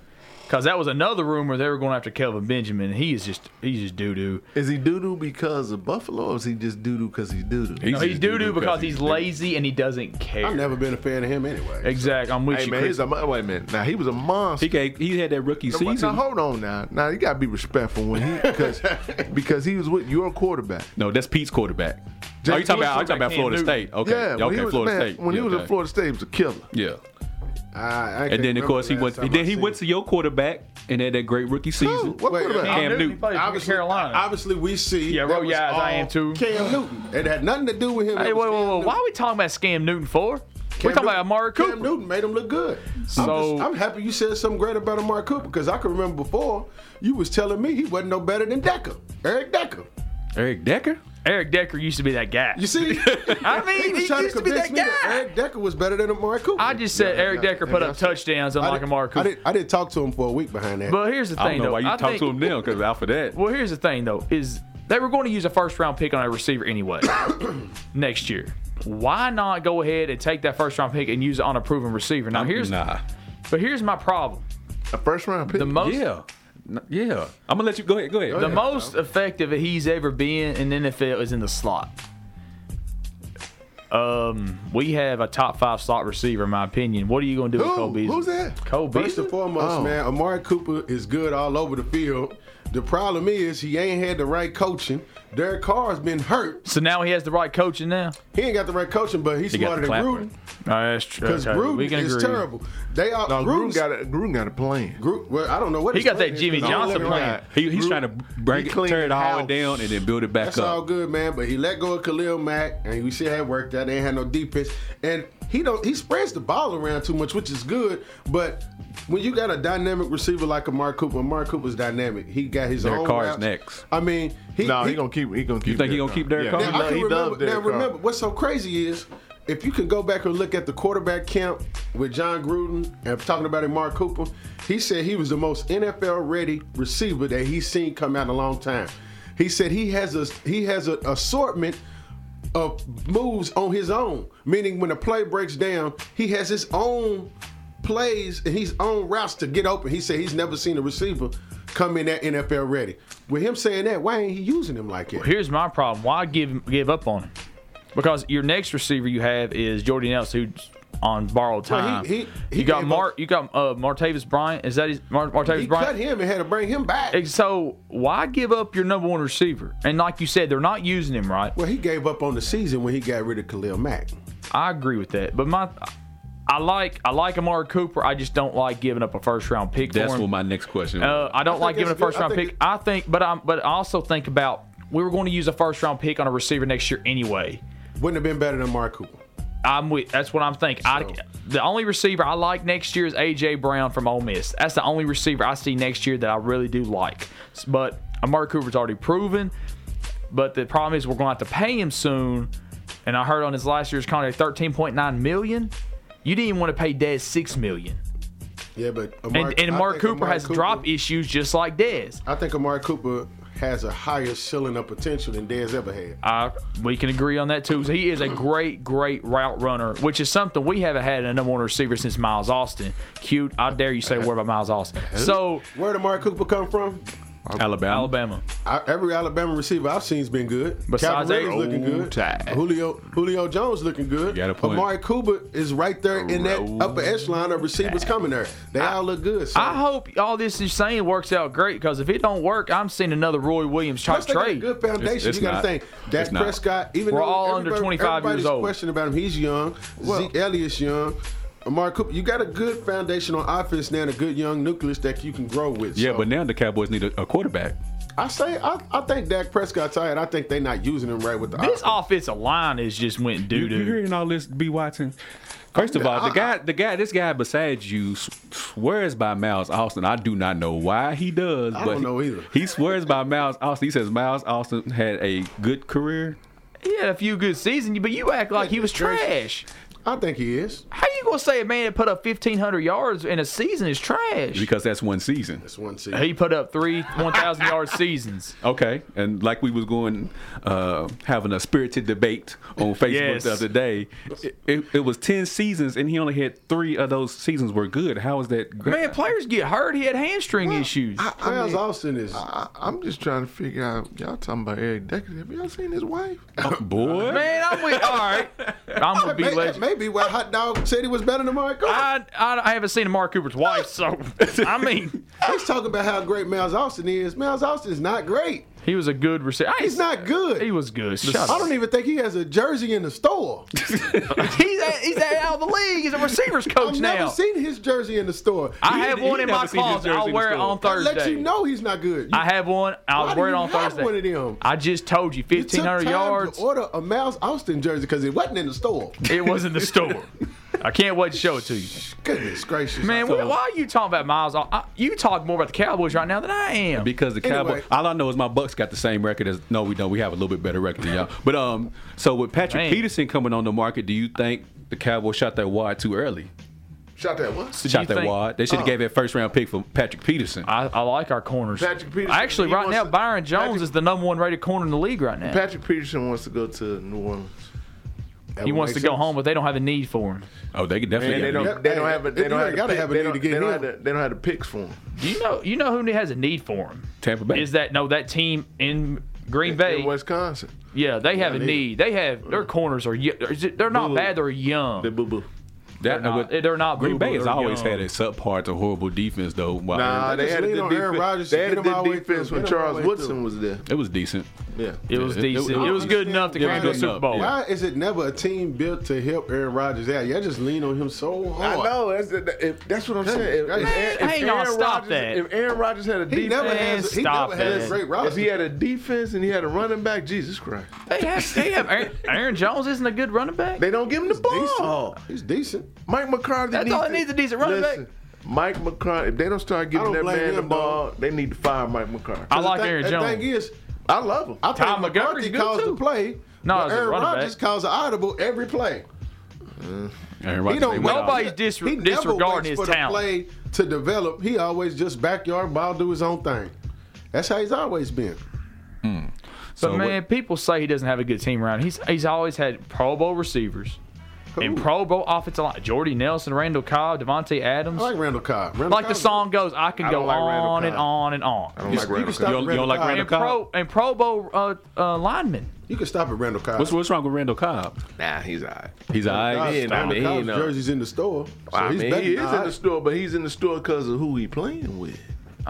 Speaker 3: Cause that was another rumor they were going after Kelvin Benjamin. and He is just he's just doo doo.
Speaker 4: is he doo doo because of Buffalo, or is he just doo doo because he's doo doo?
Speaker 1: He's
Speaker 3: No, he's
Speaker 1: just
Speaker 3: doo doo because he's
Speaker 1: doo-doo.
Speaker 3: lazy and he doesn't care.
Speaker 2: I've never been a fan of him anyway.
Speaker 3: exactly. I'm with
Speaker 4: Hey
Speaker 3: you,
Speaker 4: man,
Speaker 3: Chris.
Speaker 4: he's a, mo- wait a minute. Now he was a monster.
Speaker 1: He gave he had that rookie
Speaker 4: Now, what- now,
Speaker 1: season.
Speaker 4: hold on now. Now you gotta be respectful when he because
Speaker 2: [laughs]
Speaker 4: because he was with your quarterback.
Speaker 1: No, that's Pete's quarterback. oh, you talking about? I'm talking about
Speaker 3: Cam
Speaker 1: Florida
Speaker 3: Newton.
Speaker 1: State. Okay,
Speaker 4: Yeah, when
Speaker 1: okay,
Speaker 4: he was,
Speaker 1: Florida
Speaker 4: man,
Speaker 1: State.
Speaker 4: When
Speaker 1: yeah,
Speaker 4: he was
Speaker 1: okay.
Speaker 4: at Florida State, he was a killer.
Speaker 1: Yeah.
Speaker 2: I, I
Speaker 1: And then of course he went. Then he went to your quarterback and had that great rookie
Speaker 4: Who?
Speaker 1: season.
Speaker 4: What
Speaker 2: Wait,
Speaker 4: quarterback?
Speaker 1: Cam Newton.
Speaker 3: He played for
Speaker 2: Obviously,
Speaker 3: Carolina.
Speaker 2: obviously, we see.
Speaker 3: Yeah,
Speaker 2: that
Speaker 3: roll your
Speaker 2: was
Speaker 3: eyes, I
Speaker 2: all
Speaker 3: am too.
Speaker 2: Cam Newton. It had nothing to do with him.
Speaker 3: hey,
Speaker 2: It was
Speaker 3: whoa, whoa,
Speaker 2: Cam
Speaker 3: whoa!
Speaker 2: Newton.
Speaker 3: Why are we talking about Scam Newton for? We're talking
Speaker 2: Newton-
Speaker 3: about Amari
Speaker 2: Cam
Speaker 3: Cooper.
Speaker 2: Newton made him look good. I'm,
Speaker 3: So-
Speaker 2: just- I'm happy you said something great about Amari Cooper because I can remember before you was telling me he wasn't no better than Decker, Eric Decker.
Speaker 1: Eric Decker?
Speaker 3: Eric Decker used to be that guy. [laughs]
Speaker 2: You see,
Speaker 3: I mean, he, used to be that guy.
Speaker 2: Eric Decker was better than Amari Cooper.
Speaker 3: I just said Eric
Speaker 2: yeah,
Speaker 3: Decker
Speaker 2: yeah,
Speaker 3: put up
Speaker 2: that's it.
Speaker 3: touchdowns
Speaker 2: I
Speaker 3: unlike
Speaker 2: didn't-
Speaker 3: Amari
Speaker 2: I
Speaker 3: Cooper.
Speaker 2: didn't, I didn't talk to him for a week behind that.
Speaker 3: But here's the
Speaker 1: I don't
Speaker 3: thing,
Speaker 1: know
Speaker 3: though.
Speaker 1: why you
Speaker 3: I
Speaker 1: talk
Speaker 3: think,
Speaker 1: to him now because after that,
Speaker 3: Well, here's the thing, though, is they were going to use a first round pick on a receiver anyway next year. Why not go ahead and take that first round pick and use it on a proven receiver? Now here's
Speaker 1: nah.
Speaker 3: but here's my problem.
Speaker 4: A first round pick.
Speaker 3: The most
Speaker 1: Yeah. N- Yeah. I'm gonna let you go ahead. Go ahead.
Speaker 3: the most effective that he's ever been in the NFL is in the slot. Um, we have a top five slot receiver, in my opinion. What are you going to do with
Speaker 4: Who?
Speaker 3: Cole Beasley?
Speaker 4: Who's that?
Speaker 3: Cole
Speaker 2: First
Speaker 3: Beasley.
Speaker 2: and foremost,
Speaker 4: Oh.
Speaker 2: man, Amari Cooper is good all over the field. The problem is he ain't had the right coaching. Derek Carr's been hurt.
Speaker 3: So now he has the right coaching now.
Speaker 2: He ain't got the right coaching, but he's
Speaker 1: He got
Speaker 2: smarter
Speaker 1: the
Speaker 2: than
Speaker 1: clapper.
Speaker 2: Gruden
Speaker 3: that's true.
Speaker 2: because Gruden is terrible. They are
Speaker 4: No, Gruden
Speaker 2: Gruden's-
Speaker 4: got a Gruden got a plan.
Speaker 2: Gru- well, I don't know what
Speaker 3: He
Speaker 2: his
Speaker 3: got
Speaker 2: plan
Speaker 3: that
Speaker 2: is,
Speaker 3: Jimmy
Speaker 2: 'cause I don't
Speaker 3: Johnson
Speaker 2: let him
Speaker 3: plan.
Speaker 2: ride.
Speaker 1: He, he's
Speaker 4: Gru-
Speaker 1: trying to break
Speaker 4: he
Speaker 1: it, tear it
Speaker 4: cleaned
Speaker 1: all
Speaker 4: house.
Speaker 1: down, and then build it back
Speaker 2: That's
Speaker 1: up.
Speaker 2: all good, man. But he let go of Khalil Mack, and we see how it worked out. They ain't had no defense, and he don't he spreads the ball around too much, which is good. But when you got a dynamic receiver like Amari Cooper, Amari Cooper's dynamic. He got his
Speaker 1: Derek
Speaker 2: own.
Speaker 1: Carr's
Speaker 2: routes.
Speaker 1: next.
Speaker 2: I mean, he,
Speaker 4: No, he,
Speaker 2: he-
Speaker 4: gonna keep. He gonna keep.
Speaker 1: think he gonna keep Derek
Speaker 4: Yeah,
Speaker 1: Carr?
Speaker 4: he
Speaker 2: Now, I
Speaker 4: lo-
Speaker 2: can
Speaker 4: he
Speaker 2: remember,
Speaker 4: loves Derek
Speaker 2: now
Speaker 4: Carr.
Speaker 2: remember, what's so crazy is if you can go back and look at the quarterback camp with John Gruden and talking about it, Mark Cooper, he said he was the most NFL ready receiver that he's seen come out in a long time. He said he has a he has an assortment of moves on his own, meaning when a play breaks down, he has his own plays and his own routes to get open. He said he's never seen a receiver come in that NFL ready. With him saying that, why ain't he using him like that?
Speaker 3: Here's my problem. Why give give up on him? Because your next receiver you have is Jordy Nelson, who's on borrowed
Speaker 2: Well, he-
Speaker 3: time.
Speaker 2: he- he
Speaker 3: you got
Speaker 2: gave
Speaker 3: Mar,
Speaker 2: up-
Speaker 3: you got uh, Martavis Bryant. Is that his Mar- Martavis
Speaker 2: He
Speaker 3: Bryant?
Speaker 2: cut him and had to bring him back.
Speaker 3: And So why give up your number one receiver? And like you said, they're not using him right.
Speaker 2: Well, he gave up on the season when he got rid of Khalil Mack.
Speaker 3: I agree with that. But my, I like I like Amari Cooper. I just don't like giving up a first round pick
Speaker 1: That's
Speaker 3: for him.
Speaker 1: what my next question.
Speaker 3: Uh,
Speaker 1: was.
Speaker 3: I don't
Speaker 2: I
Speaker 3: like
Speaker 2: think
Speaker 3: giving a
Speaker 2: that's good.
Speaker 3: first round
Speaker 2: I think
Speaker 3: pick. I think, but I'm, but I also think about we were going to use a first round pick on a receiver next year anyway.
Speaker 2: Wouldn't have been better than Mark Cooper.
Speaker 3: I'm with. That's what I'm thinking. I, the only receiver I like next year is AJ Brown from Ole Miss. That's the only receiver I see next year that I really do like. S- But Amari Cooper's already proven. But the problem is we're going to have to pay him soon. And I heard on his last year's contract, 13.9 million. You didn't even want to pay Dez six million.
Speaker 2: Yeah, but
Speaker 3: And
Speaker 2: Amari,
Speaker 3: and
Speaker 2: I
Speaker 3: Amari
Speaker 2: think
Speaker 3: Cooper
Speaker 2: Amari
Speaker 3: has drop issues just like Dez.
Speaker 2: I think Amari Cooper has a higher ceiling of potential than Dez ever had.
Speaker 3: I, we can agree on that too. He is a great, great route runner, which is something we haven't had in a number one receiver since Miles Austin. Cute. I dare you say a word about Miles Austin. So
Speaker 2: Where did Amari Cooper come from?
Speaker 1: Alabama.
Speaker 3: Alabama.
Speaker 2: I, every Alabama receiver I've seen's been good.
Speaker 3: Besides
Speaker 2: Calvin Ridley's
Speaker 3: that
Speaker 2: looking
Speaker 4: old
Speaker 2: good.
Speaker 4: tight.
Speaker 2: Julio Julio Jones looking good.
Speaker 1: You got a point.
Speaker 2: Amari Cooper is right there in that
Speaker 1: Old
Speaker 2: upper echelon of receivers coming there. They all look good. So.
Speaker 3: I hope all this is saying works out great because if it don't work, I'm seeing another Roy Williams type
Speaker 2: Plus, they got a
Speaker 3: trade.
Speaker 2: good foundation.
Speaker 1: It's- it's
Speaker 2: you got
Speaker 1: not.
Speaker 2: to think Dak
Speaker 1: It's not.
Speaker 2: Prescott. Even
Speaker 3: We're
Speaker 2: though
Speaker 3: all under
Speaker 2: everybody-
Speaker 3: 25 years
Speaker 2: everybody's
Speaker 3: old.
Speaker 2: Question about him. He's young. Zeke Elliott's young. Amari Cooper. You got a good foundation on offense now, and a good young nucleus that you can grow with.
Speaker 1: Yeah,
Speaker 2: So,
Speaker 1: but now the Cowboys need a, a quarterback.
Speaker 2: I say I, I think Dak Prescott's tired. I think they're not using him right with the
Speaker 3: This
Speaker 2: offense.
Speaker 3: offensive line is just went doo
Speaker 1: You, you
Speaker 3: doo.
Speaker 1: hearing all this, B. Watson? First of all, the guy, the guy, this guy beside you s- swears by Miles Austin. I do not know why he does,
Speaker 2: I
Speaker 1: but
Speaker 2: don't know either.
Speaker 1: he swears by Miles Austin. He says Miles Austin had a good career.
Speaker 3: He had a few good seasons, but you act like he was trash.
Speaker 2: I think he is.
Speaker 3: How you gonna say a man that put up 1,500 yards in a season is trash?
Speaker 1: because that's one season.
Speaker 2: That's one season.
Speaker 3: He put up three 1,000 yard seasons.
Speaker 1: Okay, and like we was going uh, having a spirited debate [laughs] on Facebook
Speaker 3: Yes.
Speaker 1: the other day, it, it, it was ten seasons, and he only had three of those seasons were good. How is that? Great?
Speaker 3: Man, players get hurt. He had hamstring issues.
Speaker 2: Miles Austin is.
Speaker 4: I, I'm just trying to figure out. Y'all talking about Eric Decker? Have y'all seen his wife?
Speaker 1: Uh, boy,
Speaker 3: Man, I'm with.
Speaker 2: [laughs]
Speaker 3: All right, I'm with B
Speaker 2: May-
Speaker 3: Legend.
Speaker 2: maybe why Hot Dog said he was better than Amari Cooper.
Speaker 3: I, I I haven't seen Amari Cooper's wife, so I mean,
Speaker 2: He's talking about how great Miles Austin is. Miles Austin is not great.
Speaker 3: he was a good receiver.
Speaker 2: He's not good.
Speaker 3: He was good. Shut
Speaker 2: I
Speaker 3: up.
Speaker 2: don't even think he has a jersey in the store.
Speaker 3: He's a- he's a- out of the league. He's a receivers coach
Speaker 2: I've
Speaker 3: now.
Speaker 2: never seen his jersey in the store.
Speaker 3: I
Speaker 1: He-
Speaker 3: have
Speaker 1: he
Speaker 3: one in
Speaker 1: never
Speaker 3: my
Speaker 1: seen his
Speaker 3: closet.
Speaker 1: jersey
Speaker 3: I'll
Speaker 1: in
Speaker 3: wear
Speaker 1: the
Speaker 3: it
Speaker 1: store.
Speaker 3: on
Speaker 2: That
Speaker 3: Thursday.
Speaker 2: let you know he's not good. You,
Speaker 3: I have one. I'll
Speaker 2: Why do
Speaker 3: wear it
Speaker 2: you
Speaker 3: on
Speaker 2: have
Speaker 3: Thursday.
Speaker 2: one of them?
Speaker 3: I just told you,
Speaker 2: took
Speaker 3: fifteen hundred
Speaker 2: time
Speaker 3: yards.
Speaker 2: to order a Miles Austin jersey because it wasn't in the store. [laughs]
Speaker 3: It was in the store. I can't wait to show it to you.
Speaker 2: Goodness gracious.
Speaker 3: Man, wh- why are you talking about Miles? Au- I- You talk more about the Cowboys right now than I am.
Speaker 1: Because the Cowboys,
Speaker 2: Anyway.
Speaker 1: all I know is my Bucks got the same record as. No, we don't. We have a little bit better record than y'all. But um, so with Patrick
Speaker 3: Man.
Speaker 1: Peterson coming on the market, do you think the Cowboys shot that wide too early?
Speaker 4: Shot that what?
Speaker 1: shot that
Speaker 3: you think- uh,
Speaker 1: wide. They should have gave that first round pick for Patrick Peterson.
Speaker 3: I, I like our corners.
Speaker 4: Patrick Peterson,
Speaker 3: Actually,
Speaker 4: he
Speaker 3: right
Speaker 4: wants
Speaker 3: now,
Speaker 4: to-
Speaker 3: Byron Jones
Speaker 4: Patrick-
Speaker 3: is the number one rated corner in the league right now.
Speaker 4: Patrick Peterson wants to go to New Orleans. That
Speaker 3: he
Speaker 4: would
Speaker 3: wants to
Speaker 4: make
Speaker 3: go
Speaker 4: sense.
Speaker 3: home, but they don't have a need for him.
Speaker 1: oh, they could definitely.
Speaker 4: And they
Speaker 1: get him.
Speaker 4: don't.
Speaker 2: Yep.
Speaker 4: They don't have. A, they
Speaker 2: You
Speaker 4: don't
Speaker 2: ain't
Speaker 4: have.
Speaker 2: gotta
Speaker 4: they-
Speaker 2: have a
Speaker 4: they
Speaker 2: need to
Speaker 4: don't-
Speaker 2: get
Speaker 4: they don't
Speaker 2: him.
Speaker 4: have the- They don't have the picks for him.
Speaker 3: You know, you know who has a need for him
Speaker 1: Tampa Bay.
Speaker 3: is that no that team in Green Bay.
Speaker 4: In Wisconsin,
Speaker 3: yeah, they have a
Speaker 2: they-
Speaker 3: need. They have their corners are y- they're not
Speaker 4: Boo.
Speaker 3: bad. They're young.
Speaker 4: Uh, the boo boo.
Speaker 1: That-
Speaker 3: They're not-
Speaker 1: with-
Speaker 3: they're not
Speaker 1: Green
Speaker 3: boo-boo,
Speaker 1: Bay has
Speaker 3: they're
Speaker 1: always
Speaker 3: young.
Speaker 1: had a subpar to horrible defense though. While
Speaker 4: Nah,
Speaker 2: they
Speaker 4: they
Speaker 2: just
Speaker 4: had a
Speaker 2: lean
Speaker 4: good
Speaker 2: on Aaron Rodgers
Speaker 4: defense.
Speaker 2: to
Speaker 4: They had
Speaker 2: get
Speaker 4: a
Speaker 2: him our
Speaker 4: good
Speaker 2: way
Speaker 4: defense
Speaker 2: through.
Speaker 4: when
Speaker 2: Get him our
Speaker 4: Charles
Speaker 2: way
Speaker 4: Woodson
Speaker 2: through.
Speaker 4: was there.
Speaker 1: it was decent.
Speaker 4: Yeah.
Speaker 3: it was
Speaker 1: it- it-
Speaker 3: decent. It,
Speaker 1: it-
Speaker 3: was good enough to
Speaker 2: Yeah,
Speaker 3: grab
Speaker 2: good
Speaker 3: the Super
Speaker 1: enough,
Speaker 3: Bowl.
Speaker 2: Why is it never a team built to help Aaron Rodgers out? Y'all just lean on him so
Speaker 4: I
Speaker 2: hard.
Speaker 4: know. That's, that- if, that's what I'm
Speaker 2: Goodness
Speaker 4: saying. If, if,
Speaker 2: gracious.
Speaker 4: Aaron- if
Speaker 3: Hang on,
Speaker 4: Aaron
Speaker 3: stop
Speaker 4: Rodgers-
Speaker 3: that.
Speaker 4: If Aaron Rodgers had a
Speaker 2: He
Speaker 4: defense,
Speaker 2: never has. He
Speaker 3: stop
Speaker 2: never has
Speaker 3: it.
Speaker 2: great
Speaker 4: if
Speaker 2: roster.
Speaker 4: he had a defense and he had a running back, Jesus Christ,
Speaker 3: They have, they have Aaron, Aaron Jones isn't a good running back.
Speaker 4: they don't give him the ball.
Speaker 2: decent. Oh, He's decent.
Speaker 4: Mike McCarthy.
Speaker 3: That's all it needs, a decent running
Speaker 4: Listen, Mike McCarthy. If they don't start
Speaker 2: I
Speaker 4: giving
Speaker 2: don't
Speaker 4: that
Speaker 2: blame
Speaker 4: man the
Speaker 2: him,
Speaker 4: ball, they need to fire Mike McCarthy.
Speaker 3: I
Speaker 4: I,
Speaker 3: like
Speaker 2: The thing-
Speaker 3: Aaron
Speaker 2: The thing
Speaker 3: Jones.
Speaker 2: is,
Speaker 4: love him.
Speaker 2: I think McCarthy
Speaker 3: Tom Montgomery's good,
Speaker 2: calls the
Speaker 3: too.
Speaker 2: play.
Speaker 3: No,
Speaker 2: but
Speaker 3: as a
Speaker 2: Aaron
Speaker 3: running
Speaker 2: Rodgers
Speaker 3: back.
Speaker 2: calls an audible every play.
Speaker 1: Aaron Rodgers,
Speaker 2: He
Speaker 1: they
Speaker 2: don't
Speaker 1: went
Speaker 2: wait-
Speaker 1: out.
Speaker 3: Nobody's dis-
Speaker 2: he never
Speaker 3: disregarding
Speaker 2: waits
Speaker 3: his
Speaker 2: for
Speaker 3: talent.
Speaker 2: The play to develop, he always just backyard ball, do his own thing. That's how he's always been.
Speaker 3: But
Speaker 1: So
Speaker 3: man, people say he doesn't have a good team around. him. He's he's always had Pro Bowl receivers and Pro Bowl offensive line. Jordy Nelson, Randall Cobb, Devontae Adams.
Speaker 2: I like Randall Cobb. Randall
Speaker 3: like the
Speaker 2: Cobb's-
Speaker 3: song goes, I can
Speaker 4: I
Speaker 3: go
Speaker 4: don't like Randall
Speaker 3: on and
Speaker 4: Cobb.
Speaker 3: on and on.
Speaker 4: don't
Speaker 2: You,
Speaker 4: like
Speaker 2: you
Speaker 4: Randall
Speaker 2: can stop
Speaker 4: Cobb.
Speaker 1: You don't- you don't like
Speaker 2: Cobb.
Speaker 1: Randall
Speaker 3: and
Speaker 1: Cobb?
Speaker 3: pro and Pro Bowl uh, uh, linemen.
Speaker 2: You can stop at Randall Cobb.
Speaker 1: What's what's wrong with Randall Cobb?
Speaker 4: Nah, he's all right.
Speaker 1: He's all
Speaker 2: Cobb-
Speaker 1: right.
Speaker 4: he ain't- I
Speaker 2: Randall
Speaker 4: mean, he
Speaker 2: Cobb's
Speaker 4: ain't no-
Speaker 2: jersey's in the store. So
Speaker 4: I
Speaker 2: he's
Speaker 4: mean,
Speaker 2: better
Speaker 4: he
Speaker 2: than
Speaker 4: is
Speaker 2: all
Speaker 4: in the
Speaker 2: right.
Speaker 4: store, but he's in the store because of who he playing with.
Speaker 3: Oh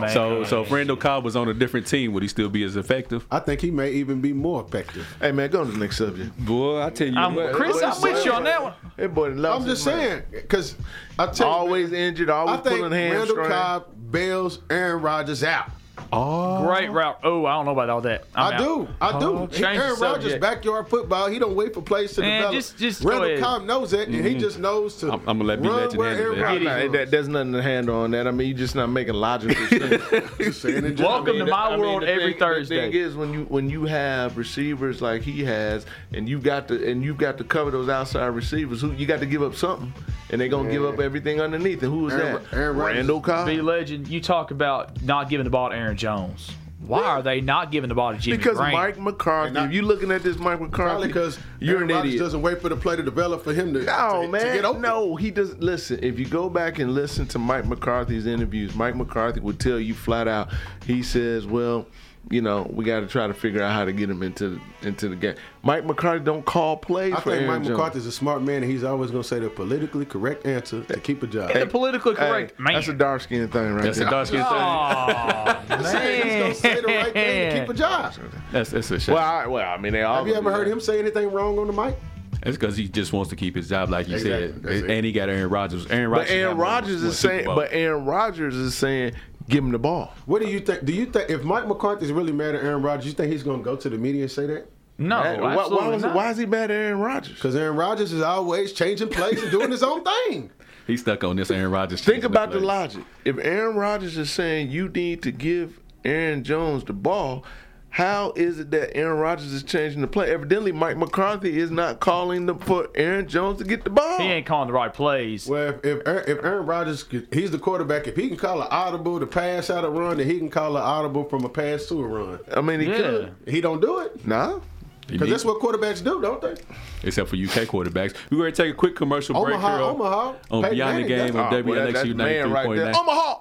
Speaker 3: man.
Speaker 1: So so if Randall Cobb was on a different team, would he still be as effective?
Speaker 2: I think he may even be more effective.
Speaker 4: Hey man, go to the next subject.
Speaker 1: Boy, I tell you
Speaker 3: I'm,
Speaker 1: what,
Speaker 3: Chris,
Speaker 4: what
Speaker 3: I'm
Speaker 4: is
Speaker 3: with you
Speaker 4: that?
Speaker 3: on that one.
Speaker 4: That boy loves
Speaker 2: I'm just
Speaker 4: his mind.
Speaker 2: saying, because I tell you,
Speaker 4: Always injured,
Speaker 2: I
Speaker 4: always
Speaker 2: think
Speaker 4: pulling
Speaker 2: Randall
Speaker 4: hamstring.
Speaker 2: Cobb bails Aaron Rodgers out.
Speaker 1: oh,
Speaker 3: Great route. Oh, I don't know about all that. I'm
Speaker 2: I
Speaker 3: out.
Speaker 2: do. I do.
Speaker 3: Oh, change the
Speaker 2: Aaron Rodgers
Speaker 3: subject.
Speaker 2: backyard football. He don't wait for plays to
Speaker 3: Man,
Speaker 2: develop.
Speaker 3: just- just go
Speaker 2: Randall
Speaker 3: ahead.
Speaker 2: Cobb knows that, and he just knows to.
Speaker 1: Mm-hmm. I'm- I'ma let B.
Speaker 2: run
Speaker 1: Legend
Speaker 2: where
Speaker 1: handle
Speaker 2: Aaron
Speaker 1: that.
Speaker 2: Rodgers
Speaker 4: Nah,
Speaker 2: runs.
Speaker 4: that, there's nothing to handle on that. I mean, you're just not making logical
Speaker 3: [laughs]
Speaker 4: sense.
Speaker 2: Just saying in general.
Speaker 3: Welcome to my world
Speaker 4: the
Speaker 3: every
Speaker 4: thing,
Speaker 3: Thursday.
Speaker 4: The thing is, when you when you have receivers like he has, and you got to and you got to cover those outside receivers, who you got to give up something, and they're gonna give up everything underneath. And who is
Speaker 2: Aaron-
Speaker 4: that?
Speaker 2: Aaron Rodgers.
Speaker 4: Randall Cobb.
Speaker 3: B legend, you talk about not giving the ball to Aaron Jones. Why are they not giving the ball to Jimmy
Speaker 4: because
Speaker 3: Graham?
Speaker 4: Mike McCarthy,
Speaker 2: And I-
Speaker 4: if you looking at this Mike
Speaker 2: Probably
Speaker 4: McCarthy,
Speaker 2: because
Speaker 4: you're
Speaker 2: Aaron
Speaker 4: an
Speaker 2: Rodgers
Speaker 4: idiot.
Speaker 2: doesn't wait for the play to develop for him to,
Speaker 4: No,
Speaker 2: to,
Speaker 4: man.
Speaker 2: to get open.
Speaker 4: No, he doesn't. Listen, if you go back and listen to Mike McCarthy's interviews, Mike McCarthy would tell you flat out. He says, "Well, you know, we got to try to figure out how to get him into the, into the game." Mike McCarthy don't call plays
Speaker 2: I
Speaker 4: for
Speaker 2: think
Speaker 4: Aaron
Speaker 2: Mike
Speaker 4: Jones.
Speaker 2: McCarthy's a smart man, and he's always going to say the politically correct answer to keep a job.
Speaker 3: the politically
Speaker 4: Hey,
Speaker 3: correct man.
Speaker 4: That's a dark skinned thing, right
Speaker 1: that's a
Speaker 4: there.
Speaker 1: dark skin thing.
Speaker 3: Aw,
Speaker 2: Saying he's going to say the right thing to keep a
Speaker 3: [laughs]
Speaker 2: job.
Speaker 1: That's that's a shame.
Speaker 4: Well, I, well, I mean, they all.
Speaker 2: Have you ever heard him say anything wrong on the mic?
Speaker 1: That's because he just wants to keep his job, like you
Speaker 2: Exactly. That's
Speaker 1: said.
Speaker 2: it.
Speaker 1: And he got Aaron Rodgers. Aaron
Speaker 4: But
Speaker 1: Rodgers.
Speaker 4: Aaron
Speaker 1: got more-
Speaker 4: Rodgers
Speaker 1: more
Speaker 4: is
Speaker 1: Super
Speaker 4: saying,
Speaker 1: Bowl.
Speaker 4: but Aaron Rodgers is saying, give him the ball.
Speaker 2: What do you think? Do you think if Mike McCarthy's really mad at Aaron Rodgers, you think he's going to go to the media and say that?
Speaker 3: no,
Speaker 1: Oh,
Speaker 4: That- why,
Speaker 3: absolutely
Speaker 4: why, was,
Speaker 3: not.
Speaker 4: why is he mad at Aaron Rodgers?
Speaker 2: Because Aaron Rodgers is always changing plays and doing his [laughs] own thing.
Speaker 1: he's stuck on this Aaron Rodgers.
Speaker 4: Think
Speaker 1: chasing
Speaker 4: about the
Speaker 1: plays.
Speaker 4: logic. If Aaron Rodgers is saying you need to give Aaron Jones the ball, how is it that Aaron Rodgers is changing the play? Evidently, Mike McCarthy is not calling the, for Aaron Jones to get the ball.
Speaker 3: He ain't calling the right plays.
Speaker 2: Well, if if, Aaron- if Aaron Rodgers, could- he's the quarterback. If he can call an audible to pass out a run, then he can call an audible from a pass to a run.
Speaker 4: I mean, he
Speaker 3: Yeah.
Speaker 4: could.
Speaker 2: He don't do it
Speaker 4: No.
Speaker 1: He
Speaker 2: because
Speaker 1: need-
Speaker 2: that's what quarterbacks do, don't they?
Speaker 1: except for UK quarterbacks. We're going to take a quick commercial break
Speaker 2: Omaha,
Speaker 1: here on,
Speaker 2: Omaha.
Speaker 1: on
Speaker 2: Peyton
Speaker 1: Beyond the
Speaker 2: Manning
Speaker 1: Game on
Speaker 4: Oh, well, that-
Speaker 1: WNXU
Speaker 4: that man right
Speaker 1: 93.9.
Speaker 4: there. Omaha.